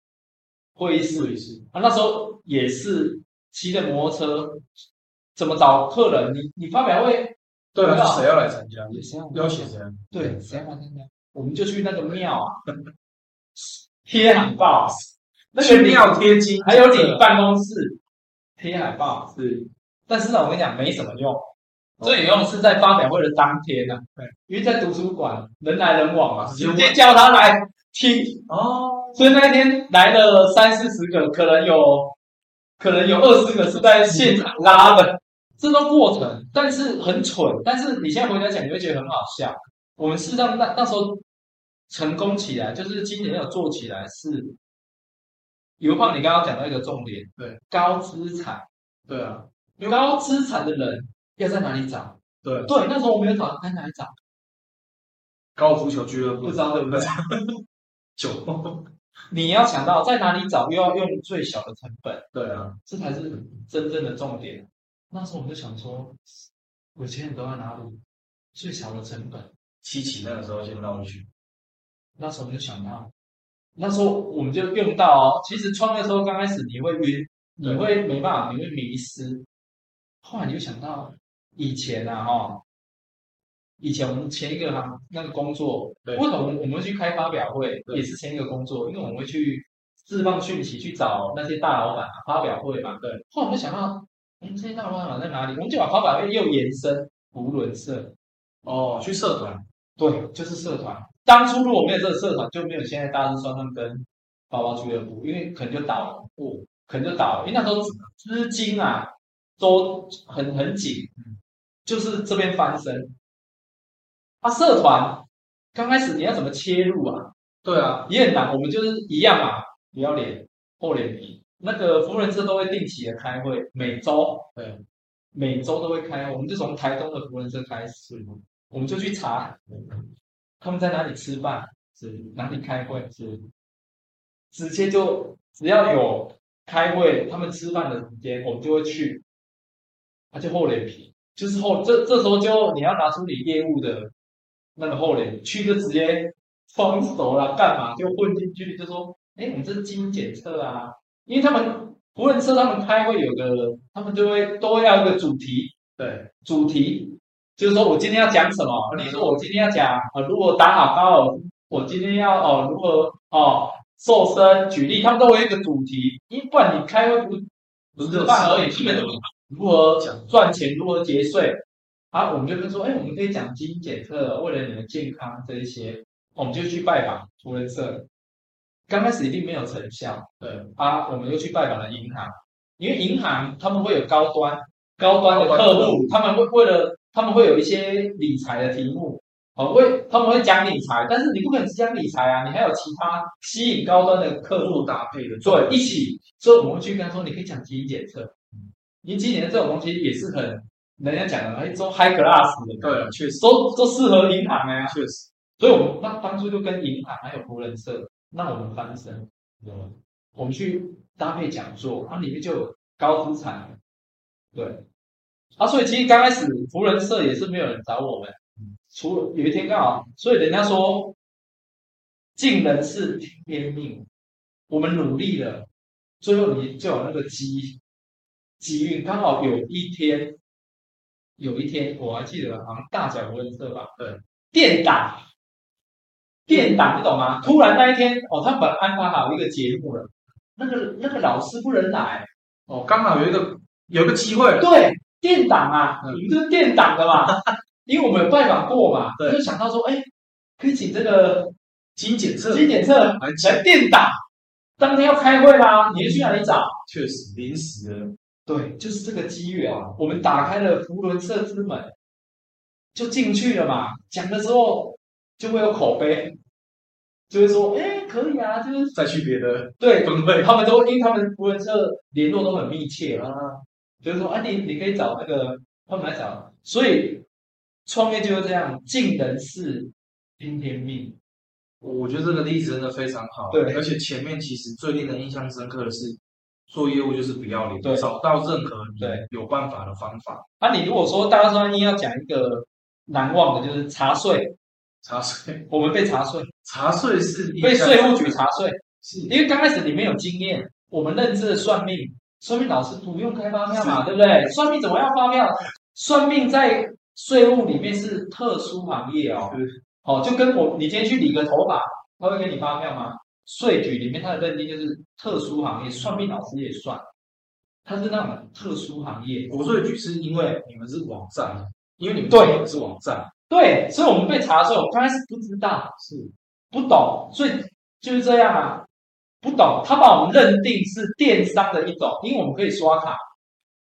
会议室。是啊，那时候也是骑着摩托车，怎么找客人？你你发表会对啊，谁要来参加？也是要要写谁？啊对，谁要参加？我们就去那个庙啊，贴海报，那个去你庙贴金，还有你办公室贴海报，是但是呢，我跟你讲，没什么用。最有用是在发表会的当天呢、对因为在图书馆人来人往嘛，直接问直接叫他来听。哦，所以那一天来了三四十个，可能有，可能有二十个是在现场拉的，这都过程，但是很蠢。但是你现在回想起来，你会觉得很好笑。我们事实上那那时候成功起来，就是今年有做起来是，尤胖你刚刚讲到一个重点，对，高资产。对啊，高资产的人要在哪里找？对，对，那时候我没有找，在哪里找？高尔夫球俱乐不部知道，对不对？酒，你要想到在哪里找，又要用最小的成本， 对啊，这才是真正的重点。那时候我们就想说，有钱人都在哪里？最小的成本。七七那个时候先绕回去，那时候我们就想到，那时候我们就用到、哦，其实创业的时候刚开始你会晕，你会没办法，你会迷失。后来你就想到以前啊，哦，以前我们前一个行那个工作，对为什么我们会去开发表会，对也是前一个工作，因为我们会去释放讯息，去找那些大老板、啊、发表会嘛。对。后来我们想到，嗯，这些大老板在哪里？我们就把发表会又延伸无伦社。哦，去社团，对，就是社团。当初如果没有这个社团，就没有现在大致算上跟包包俱乐部，因为可能就倒了，不、可能就倒了，因为那时候资金啊都很很紧，就是这边翻身。啊，社团刚开始你要怎么切入啊？对啊，也很难，我们就是一样嘛，不要脸，厚脸皮。那个福人社都会定期的开会，每周，对，每周都会开，我们就从台东的福人社开始，我们就去查他们在哪里吃饭，是哪里开会，是直接就只要有开会，他们吃饭的时间，我们就会去，而且厚脸皮，就是厚这这时候就你要拿出你业务的那个厚脸皮去，就直接装熟了，干嘛就混进去，就说，哎，我们这是基因检测啊，因为他们不论社他们开会有个，他们就会都要有一个主题，对，主题，就是说我今天要讲什么？例如说我今天要讲呃如何打好高尔夫，我今天要哦、如何哦瘦身，举例，他们都有一个主题，因为不然你开会不不是吃饭而已，基本都如何讲赚钱，如何节税，啊，我们就跟说，哎，我们可以讲基因检测，为了你们健康这一些，我们就去拜访图人社。刚开始一定没有成效，对啊，我们又去拜访了银行，因为银行他们会有高端高端的客户，他们会为了他们会有一些理财的题目，哦，会他们会讲理财，但是你不可能只讲理财啊，你还有其他吸引高端的客户做搭配的，对，一起，所以我们会去跟他说，你可以讲基因检测，因为基因检测这种东西也是很人家讲的，哎，都 high class 的，对啊，确实都都适合银行的啊呀、确实，所以我们那当初就跟银行还有胡人社，那我们翻身，你知道吗？我们去搭配讲座，它里面就有高资产的，对，啊，所以其实刚开始胡人社也是没有人找我们，除了有一天刚好，所以人家说尽人事听天命，我们努力了，最后你就有那个机机运，刚好有一天。有一天我还记得，好像大小胡人社吧，电档，电档，你懂吗？突然那一天，哦，他本来安排好一个节目了，那个那个老师不能来，哦，刚好有一个有一个机会，对，电档啊，嗯我们就是电档的 嘛，因为我们有拜访过嘛，对就想到说，哎，可以请这个基因检测金检测蛮来电档，当天要开会啦，你就去哪里找？确实临时的，对，就是这个机遇啊，我们打开了福伦社之门，就进去了嘛。讲了之后，就会有口碑，就会说，哎，可以啊，就是再去别的对，分会他们都因为他们福伦社联络都很密切啊，就是说，啊，你你可以找那个他们来找，所以创业就是这样，尽人事，听天命。我觉得这个例子真的非常好，对而且前面其实最令人印象深刻的是，做业务就是不要脸，对找到任何你对有办法的方法，啊，你如果说大家说硬要讲一个难忘的，就是查税，查 税，我们被查税，查税是印被象税务局查税。是因为刚开始你没有经验，我们认知的算命，算命老师不用开发票嘛，是对不对？算命怎么样发票？算命在税务里面是特殊行业哦是，哦，就跟我你今天去理个头发，他会给你发票吗？税局里面它的认定就是特殊行业，算命老师也算，他是那种特殊行业。国税局是因为你们是网站，因为你们对做的是网站，对，所以我们被查的时候，我刚开始不知道，是不懂，所以就是这样啊，不懂。他把我们认定是电商的一种，因为我们可以刷卡，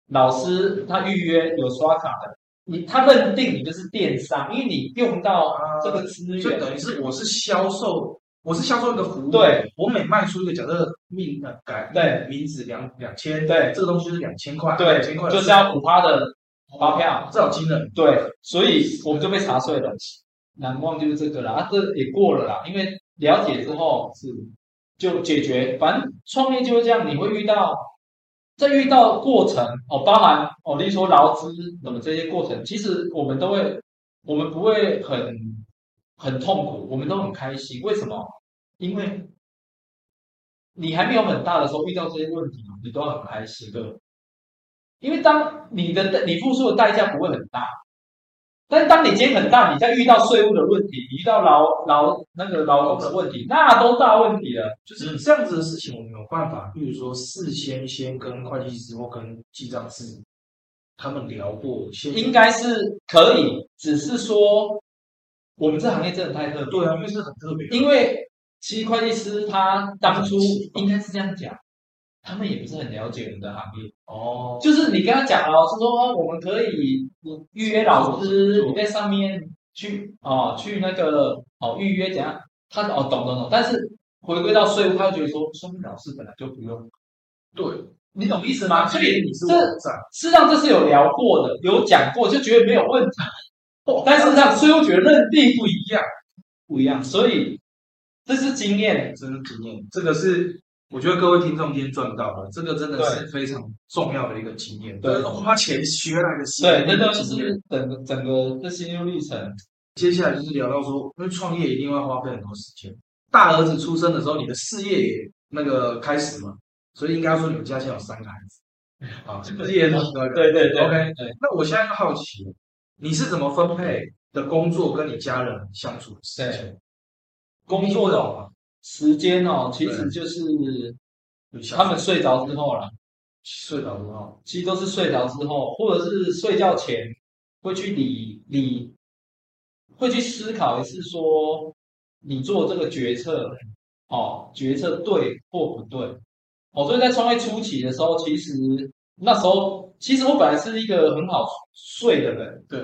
老师他预约有刷卡的，你他认定你就是电商，因为你用到这个资所以源，等于是我是销售，我是销售一个服务，对，我每卖出一个假设命呃改对名字两两千，对这个东西就是两千块，两千块对，就是要五趴的发票，这好惊人，对，所以我们就被查税了。难忘就是这个了，啊，这也过了啦，因为了解之后是就解决。反正创业就是这样，你会遇到，在遇到过程哦，包含哦，例如说劳资什么这些过程，其实我们都会，我们不会很很痛苦，我们都很开心。为什么？因为你还没有很大的时候遇到这些问题，你都很开心的。因为当你的你付出的代价不会很大，但当你今天很大，你再遇到税务的问题，你遇到劳劳那个劳工的问题，那都大问题了。就是这样子的事情，我们有办法，比如说事先先跟会计师或跟记账师他们聊过，先应该是可以，只是说我们这行业真的太特别，对啊，因为是很特别的，因为其实会计师他当初应该是这样讲，他们也不是很了解我们的行业，哦，就是你跟他讲老师说哦，我们可以你预约老师，做你在上面去哦去那个哦预约怎样，他哦懂懂懂，但是回归到税务，他会觉得说，说明老师本来就不用，对，你懂意思吗？所以你是网这站，事实上这是有聊过的，有讲过，就觉得没有问题。但事实上，税务局的认定不一样，不一样，所以这是经验。真的经验，这个是我觉得各位听众今天赚到了，这个真的是非常重要的一个经验，对这是花钱学来的经对，验，这就经验。是整个整个这心路历程。接下来就是聊到说，因为创业一定会花费很多时间。大儿子出生的时候，你的事业也那个开始嘛，所以应该说你们家现在有三个孩子，啊，事业是那个。对对对 OK 对，那我现在就好奇了，你是怎么分配的工作跟你家人相处的时间？工作的时间哦，其实就是有他相们睡着之后啦，睡着之后，其实都是睡着之后，或者是睡觉前会去理理，会去思考一次说你做这个决策，哦，决策对或不对，哦，所以在创业初期的时候，其实那时候其实我本来是一个很好睡的人，对，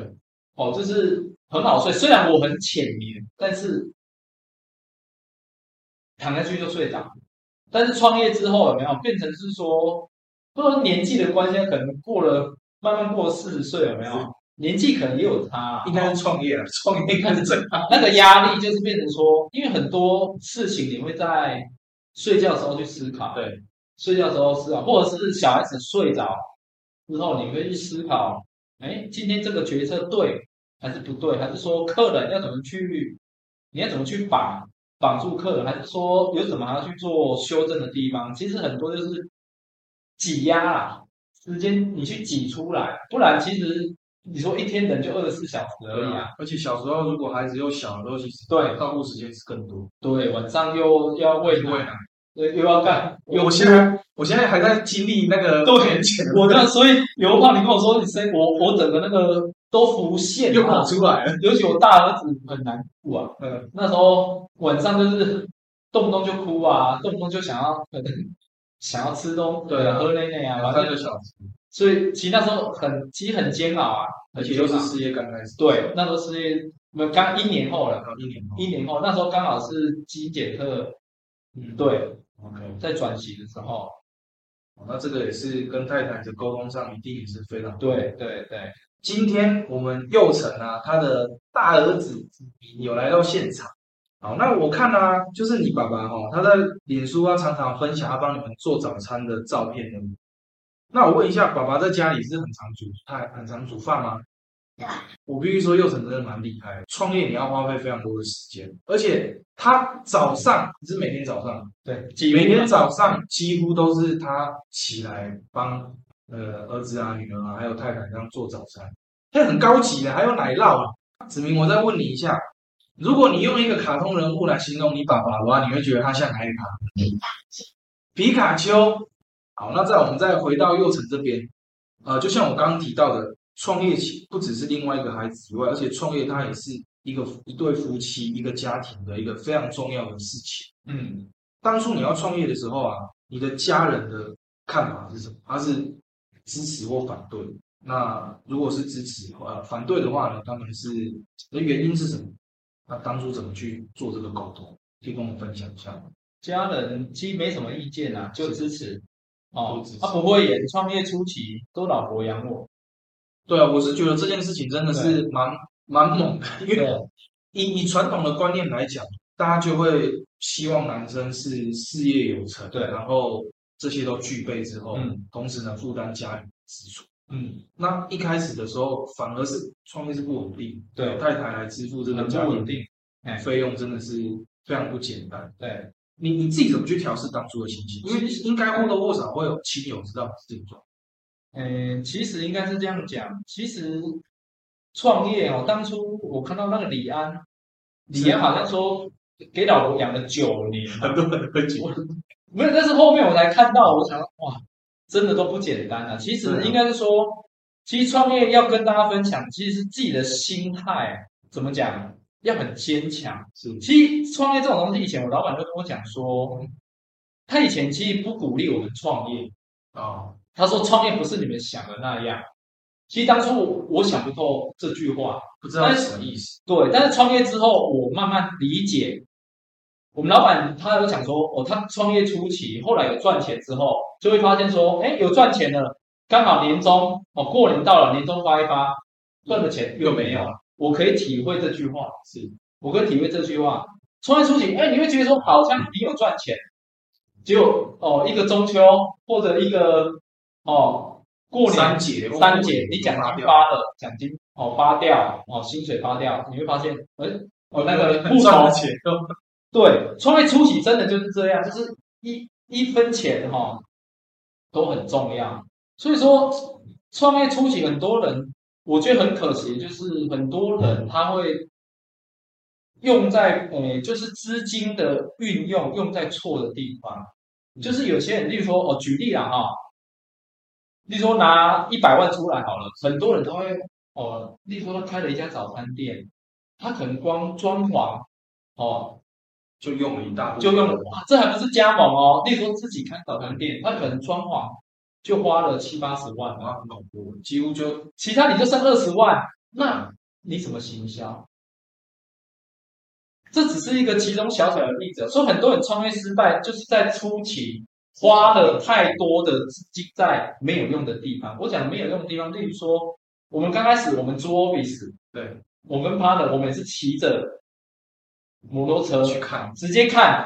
哦，就是很好睡，虽然我很浅眠，但是躺下去就睡着。但是创业之后有没有变成是说，不过年纪的关系，可能过了慢慢过四十岁有没是有？年纪可能也有差啊、应该是创业了， 创业应该是这样。那个压力就是变成说，因为很多事情你会在睡觉的时候去思考，对，睡觉的时候思考，或者是小孩子睡着之后，你会去思考，哎，今天这个决策对还是不对，还是说客人要怎么去，你要怎么去绑绑住客人，还是说有什么还要去做修正的地方？其实很多就是挤压啦，时间你去挤出来，不然其实你说一天人就二十四小时而已啊。而且小时候如果孩子又小的时候，其实对照顾时间是更多。对，晚上又要喂奶，啊，对，又要干，又我现在我现在还在经历那个对年前，我那所以有话你跟我说，你生我我整个那个都浮现又跑啊，出 来了。尤其我大儿子很难过啊，嗯，那时候晚上就是动不动就哭啊，动不动就想要可能想要吃东西，对啊喝奶奶啊，两然后三就个小时，所以其实那时候很其实很煎熬啊，而很且煎又是熬事业刚开始，对，那时候是我们刚一年后了，然后一年后一年后那时候刚好是基因检测，嗯对， ，OK，哦在转型的时候，那这个也是跟太太的沟通上一定也是非常。对对对，今天我们佑成啊，他的大儿子子明有来到现场。好，那我看啊，就是你爸爸哦，他在脸书啊常常分享他帮你们做早餐的照片的。那我问一下，爸爸在家里是很常煮菜、很常煮饭吗？我必须说，佑成真的蛮厉害的，创业你要花费非常多的时间，而且他早上是每天早上，对，几每乎天早上几乎都是他起来帮呃儿子啊、女儿啊，还有太太这样做早餐，这很高级的，还有奶酪啊。子明，我再问你一下，如果你用一个卡通人物来形容你爸爸的话，你会觉得他像哪一个卡通人物？皮卡丘。好，那再我们再回到佑成这边，呃，就像我刚刚提到的，创业起不只是另外一个孩子以外，而且创业它也是一个一对夫妻、一个家庭的一个非常重要的事情。嗯。当初你要创业的时候啊，你的家人的看法是什么？他是支持或反对？那如果是支持，呃，反对的话呢，他们是那原因是什么？那当初怎么去做这个沟通？可以跟我们分享一下吗？家人其实没什么意见啊，就支持。都哦支持，他、不会演创业初期都老婆养我，对啊，我是觉得这件事情真的是蛮蛮猛的，因对为以以传统的观念来讲，大家就会希望男生是事业有成，对然后这些都具备之后，嗯同时呢负担家里的支出。嗯，那一开始的时候，反而是创业是不稳定，对太太来支付这个很不家稳庭定，哎费用真的是非常不简单。对，你你自己怎么去调试当初的心情？因为应该或多或少会有亲友知道你是这种状嗯，其实应该是这样讲，其实创业哦，当初我看到那个李安，李安好像说给老婆养了九 年，况，很多人会觉得没有，但是后面我才看到，我想哇，真的都不简单啊。其实应该是说，其实创业要跟大家分享，其实是自己的心态怎么讲，要很坚强。 是其实创业这种东西，以前我老板就跟我讲说，他以前其实不鼓励我们创业，啊，他说创业不是你们想的那样。其实当初我我想不透这句话，不知道是什么意思。对，但是创业之后，我慢慢理解，我们老板他有讲说，哦，他创业初期，后来有赚钱之后，就会发现说，哎，有赚钱了，刚好年终，哦，过年到了，年终发一发，赚的钱又没有了，我可以体会这句话，是我可以体会这句话。创业初期，哎，你会觉得说，好像你有赚钱，结果哦，一个中秋或者一个哦过年三节，三姐，你奖发金掉，发了，奖金哦发掉哦，薪水发掉，你会发现，哎、哦那个 不赚同的钱都对创业初期真的就是这样，就是一一分钱哈、都很重要。所以说，创业初期很多人，我觉得很可惜，就是很多人他会用在呃，就是资金的运用用在错的地方。就是有些人，例如说，哦，举例啊哈，例如说拿一百万出来好了，很多人都会哦，例如说他开了一家早餐店，他可能光装潢哦就用了一大部分，就用了，啊这还不是加盟哦。例如说自己开早餐店，他可能装潢就花了七八十万啊，啊，很恐怖，几乎就其他你就剩二十万，那你怎么行销？这只是一个其中小小的例子，哦所以很多人创业失败就是在初期花了太多的资金在没有用的地方。我讲没有用的地方，例如说，我们刚开始我们租 office，对我跟 partner 我们也是骑着摩托车去看，直接看，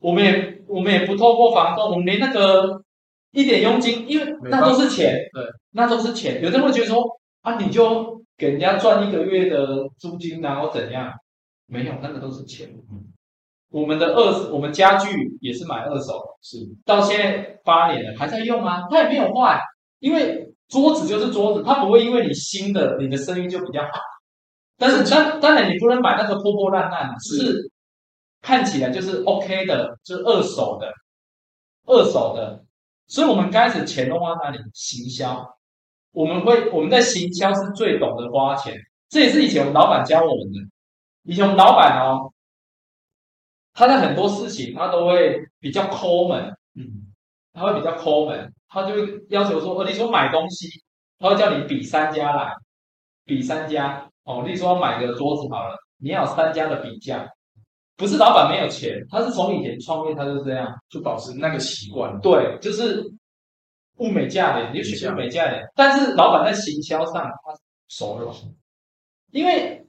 我们也我们也不透过房东，我们连那个一点佣金，因为没那办法都是钱，对，那都是钱。有的人会觉得说啊，你就给人家赚一个月的租金，然后怎样？没有，那个都是钱。嗯我们的二手，我们家具也是买二手，是到现在八年了还在用啊，它也没有坏，因为桌子就是桌子，它不会因为你新的你的生意就比较好。但是当当然你不能买那个破破烂烂，只是看起来就是 OK 的，就是二手的，二手的。所以我们开始钱都花哪里？行销，我们会我们在行销是最懂得花钱，这也是以前我们老板教我们的。以前我们老板哦，他在很多事情他都会比较抠门，嗯，他会比较抠门，他就会要求说，哦，例如说买东西，他会叫你比三家来，比三家，哦，例如说买个桌子好了，你要有三家的比价，不是老板没有钱，他是从以前创业他就这样，就保持那个习惯，对，就是物美价廉，你就选物美价廉，但是老板在行销上他手软，因为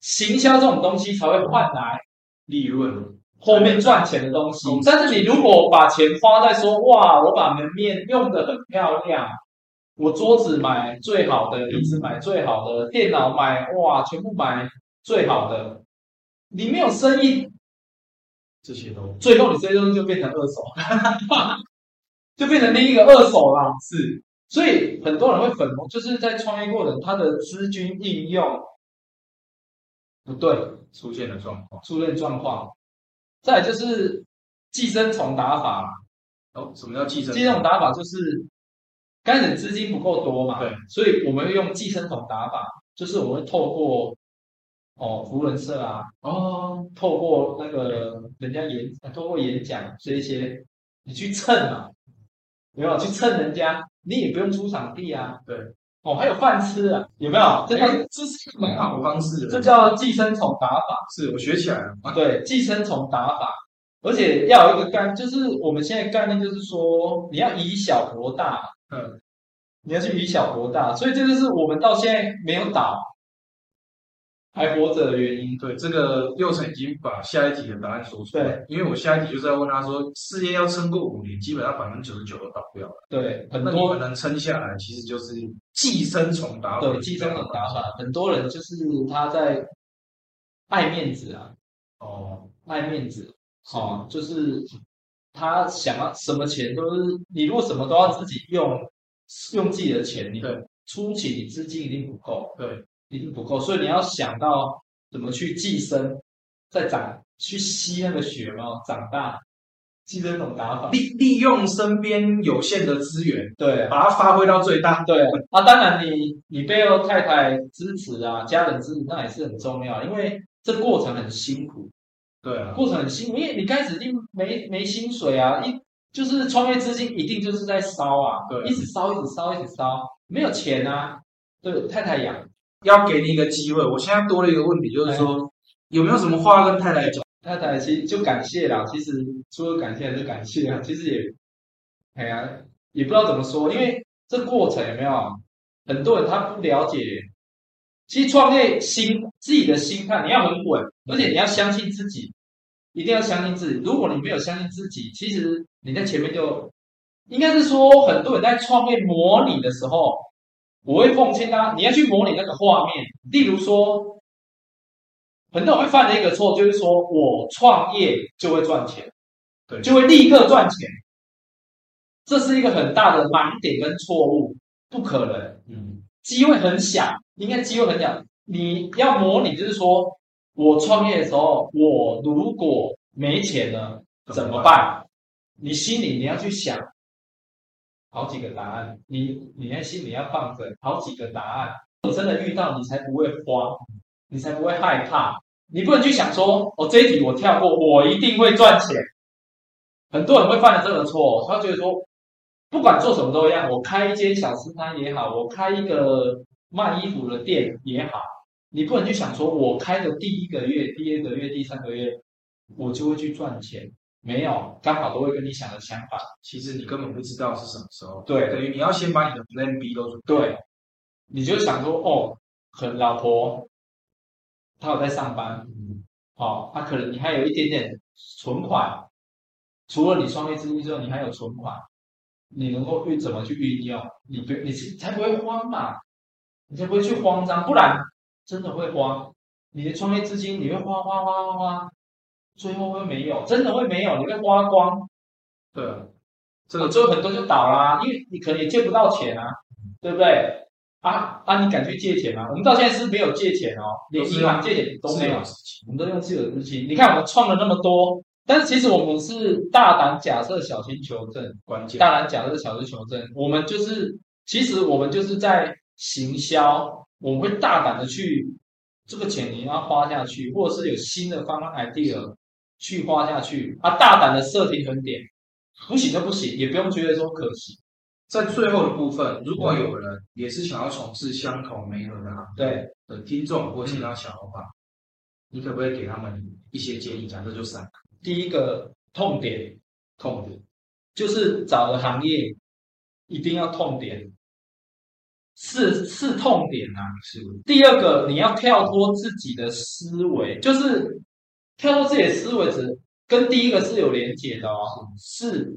行销这种东西才会换来。利润后面赚钱的东西。但是你如果把钱花在说，哇，我把门面用得很漂亮，我桌子买最好的，椅子买最好的，电脑买哇，全部买最好的，你没有生意，这些都最后你这些东西就变成二手， 就变成另一个二手啦。是所以很多人会粉红，就是在创业过程，他的资金应用不对，出现的状况。出现状况。再来就是寄生虫打法啦哦，什么叫寄生？寄生虫打法就是，刚开始资金不够多嘛，对，所以我们会用寄生虫打法，就是我们会透过哦福伦社啊，哦，透过那个人家演，呃透过演讲这一些，你去蹭嘛，有没有去蹭人家？你也不用出场地啊，对，哦还有饭吃啊，有没有？这叫哎这是个蛮好的方式的，这叫寄生虫打法。是我学起来了。啊对，寄生虫打法，而且要有一个概，就是我们现在概念就是说，你要以小博大，嗯，你要去以小博大，所以这就是我们到现在没有倒，还活着的原因。对，这个佑成已经把下一题的答案说出来，因为我下一题就是要问他说，事业要撑过五年，基本上百分之九十九都倒掉了。对，很那你多们能撑下来，其实就是寄生虫打法。对寄生虫打法，很多人就是他在爱面子啊，哦，爱面子，哦，就是他想要什么钱都是，你如果什么都要自己用，用自己的钱，你对初期你资金一定不够。对，一定不够，所以你要想到怎么去寄生，再长，去吸那个血嘛，长大，寄生这种打法。利利用身边有限的资源，对啊把它发挥到最大。对啊，当然你你背后太太支持啊，家人支持那也是很重要，因为这过程很辛苦，对啊，过程很辛苦，因为你开始一定没没薪水啊，一就是创业资金一定就是在烧啊，对一直烧一直烧一直烧，没有钱啊，对，太太养，要给你一个机会。我现在多了一个问题，就是哎说有没有什么话跟太太讲？太太其实就感谢啦，其实除了感谢还是感谢啊，其 实也，哎呀，也不知道怎么说，因为这过程有没有很多人他不了解，其实创业心自己的心态你要很稳，而且你要相信自己，一定要相信自己。如果你没有相信自己，其实你在前面就应该是说，很多人在创业模拟的时候，我会奉劝他，你要去模拟那个画面，例如说很多人会犯的一个错就是说我创业就会赚钱，对就会立刻赚钱，这是一个很大的盲点跟错误，不可能，嗯，机会很小，应该机会很小。你要模拟就是说我创业的时候，我如果没钱了怎么？办？你心里你要去想好几个答案，你你在心里要放着好几个答案，果真的遇到，你才不会慌，你才不会害怕。你不能去想说，哦，这一题我跳过，我一定会赚钱。很多人会犯了这个错，他觉得说，不管做什么都一样，我开一间小吃摊也好，我开一个卖衣服的店也好，你不能去想说，我开的第一个月、第二个月、第三个月，我就会去赚钱。没有，刚好都会跟你想的相反。其实你根本不知道是什么时候。对等于你要先把你的 Plan B 都准备好。对，你就想说，哦，可能老婆她有在上班，哦，她、可能你还有一点点存款，除了你创业资金之后，你还有存款，你能够运怎么去运用？你不，你是才不会慌嘛，你才不会去慌张，不然真的会慌。你的创业资金你会花花花花花，最后会没有，真的会没有，你会花光。对啊，这这个个最后很多就倒啦、因为你可能也借不到钱啊，对不对？啊啊，你敢去借钱吗？我们到现在是没有借钱哦，连银行借钱都没有，事情。我们都用自有资金。你看我们创了那么多，但是其实我们是大胆假设、小心求证。关键。当然，假设小时求证，我们就是其实我们就是在行销，我们会大胆的去这个钱你要花下去，或者是有新的方案 idea 去花下去啊，大胆的设停衡点，不行就不行，也不用觉得说可惜。在最后的部分，如果有人也是想要从事相同媒合的行业对，的听众或其他想法，你可不可以给他们一些建议？假设就三个第一个痛点痛点，就是找的行业一定要痛点，是是痛点啊。是第二个，你要跳脱自己的思维，就是跳脱自己的思维只跟第一个是有连结的哦，是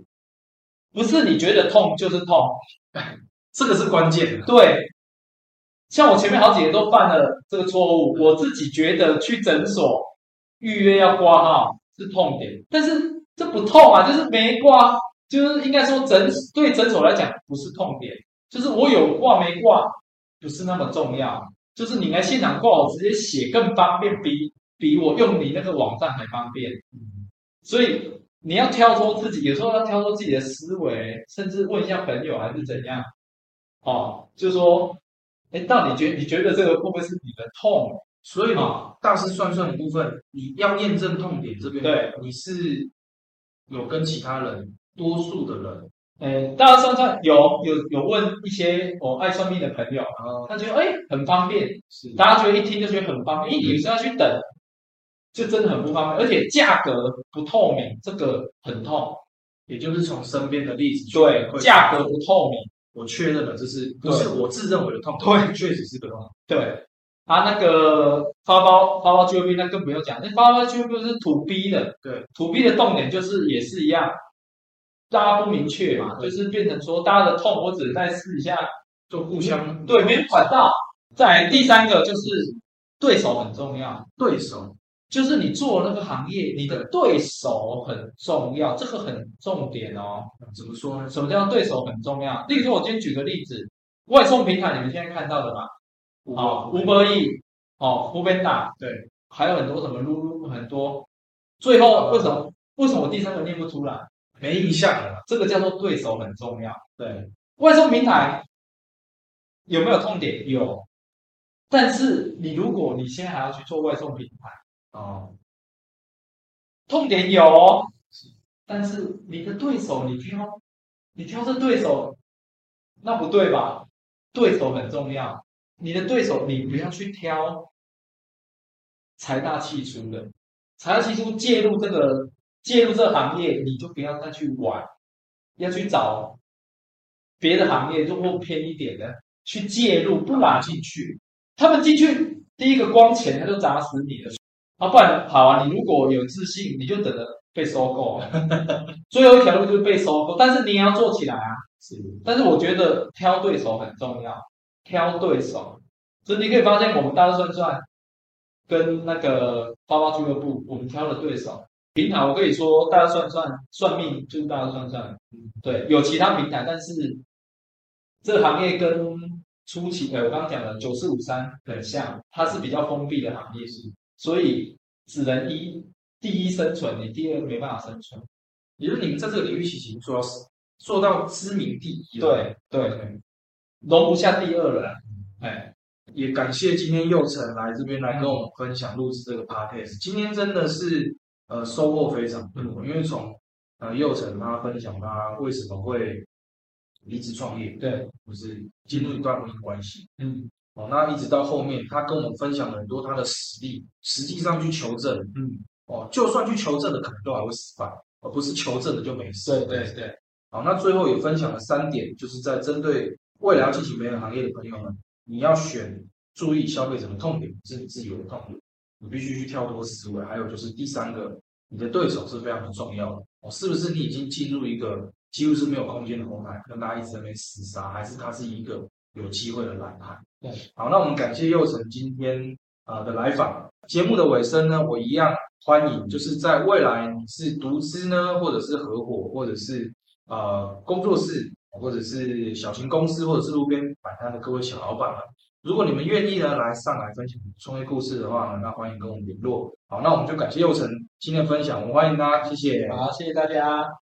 不是你觉得痛就是痛？这个是关键的。对，像我前面好几年都犯了这个错误，我自己觉得去诊所预约要挂号是痛点，但是这不痛啊，就是没挂，就是应该说诊对诊所来讲不是痛点，就是我有挂没挂不是那么重要，就是你来现场挂，我直接写更方便，比比我用你那个网站还方便。所以你要跳脱自己，有时候要跳脱自己的思维，甚至问一下朋友还是怎样，哦，就说，哎，到底觉你觉得这个会不会是你的痛？所以嘛，哦，大师算算的部分，你要验证痛点这边，对，你是有跟其他人，多数的人，哎，大家算算有有有问一些我爱算命的朋友，然后他觉得哎很方便，是大家觉得一听就觉得很嗯方便，因为你是要去等，就真的很不方便，而且价格不透明，这个很痛。也就是从身边的例子去对，会价格不透明。我确认了，这是不是我自认为的痛？对，确实是个痛。对，啊，那个发包发包 GOP 那更不用讲，那发包 GOP 是 to B 的，对，to B 的重点就是也是一样，大家不明确嘛，对就是变成说大家的痛，我只能再试一下，就互相嗯对，没有管道。再来第三个就是对手很重要，对手，就是你做那个行业，你的对手很重要，这个很重点哦。嗯怎么说呢？什么叫对手很重要？例如说，我今天举个例子，外送平台你们现在看到的嘛，哦，我五百亿，哦，湖北大，对，还有很多什么噜噜很多，最后为什么为什么我第三个念不出来？没印象了。这个叫做对手很重要。对，外送平台有没有痛点？有，但是你如果你现在还要去做外送平台，哦，痛点有哦，但是你的对手你挑，你挑这对手，那不对吧？对手很重要，你的对手你不要去挑财大气粗的，财大气粗介入这个介入这个行业，你就不要再去玩，要去找别的行业，就或偏一点的去介入，不然进去，他们进去第一个光钱他就砸死你了。啊，不然好啊，你如果有自信，你就等着被收购 啊。最后一条路就是被收购，但是你也要做起来啊。是但是我觉得挑对手很重要，挑对手。所以你可以发现，我们大家算算跟那个包包俱乐部，我们挑的对手平台，我可以说大家算算算命，就是大家算算，对，有其他平台，但是这个行业跟初期，呃，我刚刚讲的九四五三很像，它是比较封闭的行业，所以只能一第一生存，你第二没办法生存。也就是你们在这个领域其实已经做到做到知名第一了。对对，对，容不下第二了啦。哎，也感谢今天佑成来这边来跟我们分享录制这个 podcast。今天真的是呃收获非常多，嗯因为从呃佑成他分享他为什么会离职创业，对，不是进入一段婚姻关系，嗯哦，那一直到后面他跟我们分享了很多他的实例，实际上去求证，嗯，哦，就算去求证的可能都还会失败，而不是求证的就没事。对对对，好，那最后也分享了三点，就是在针对未来要进行美容行业的朋友们，你要选注意消费者的痛点，不是你自己的痛点，你必须去跳脱思维。还有就是第三个，你的对手是非常重要的，哦，是不是你已经进入一个几乎是没有空间的红海，跟大家一直在那边厮杀，还是它是一个有机会的蓝海？对，好，那我们感谢佑成今天啊的来访。节目的尾声呢，我一样欢迎，就是在未来你是独资呢，或者是合伙，或者是呃工作室，或者是小型公司，或者是路边摆摊的各位小老板们，如果你们愿意呢来上来分享创业故事的话呢，那欢迎跟我们联络。好，那我们就感谢佑成今天的分享，我们欢迎大家，谢谢。好，谢谢大家。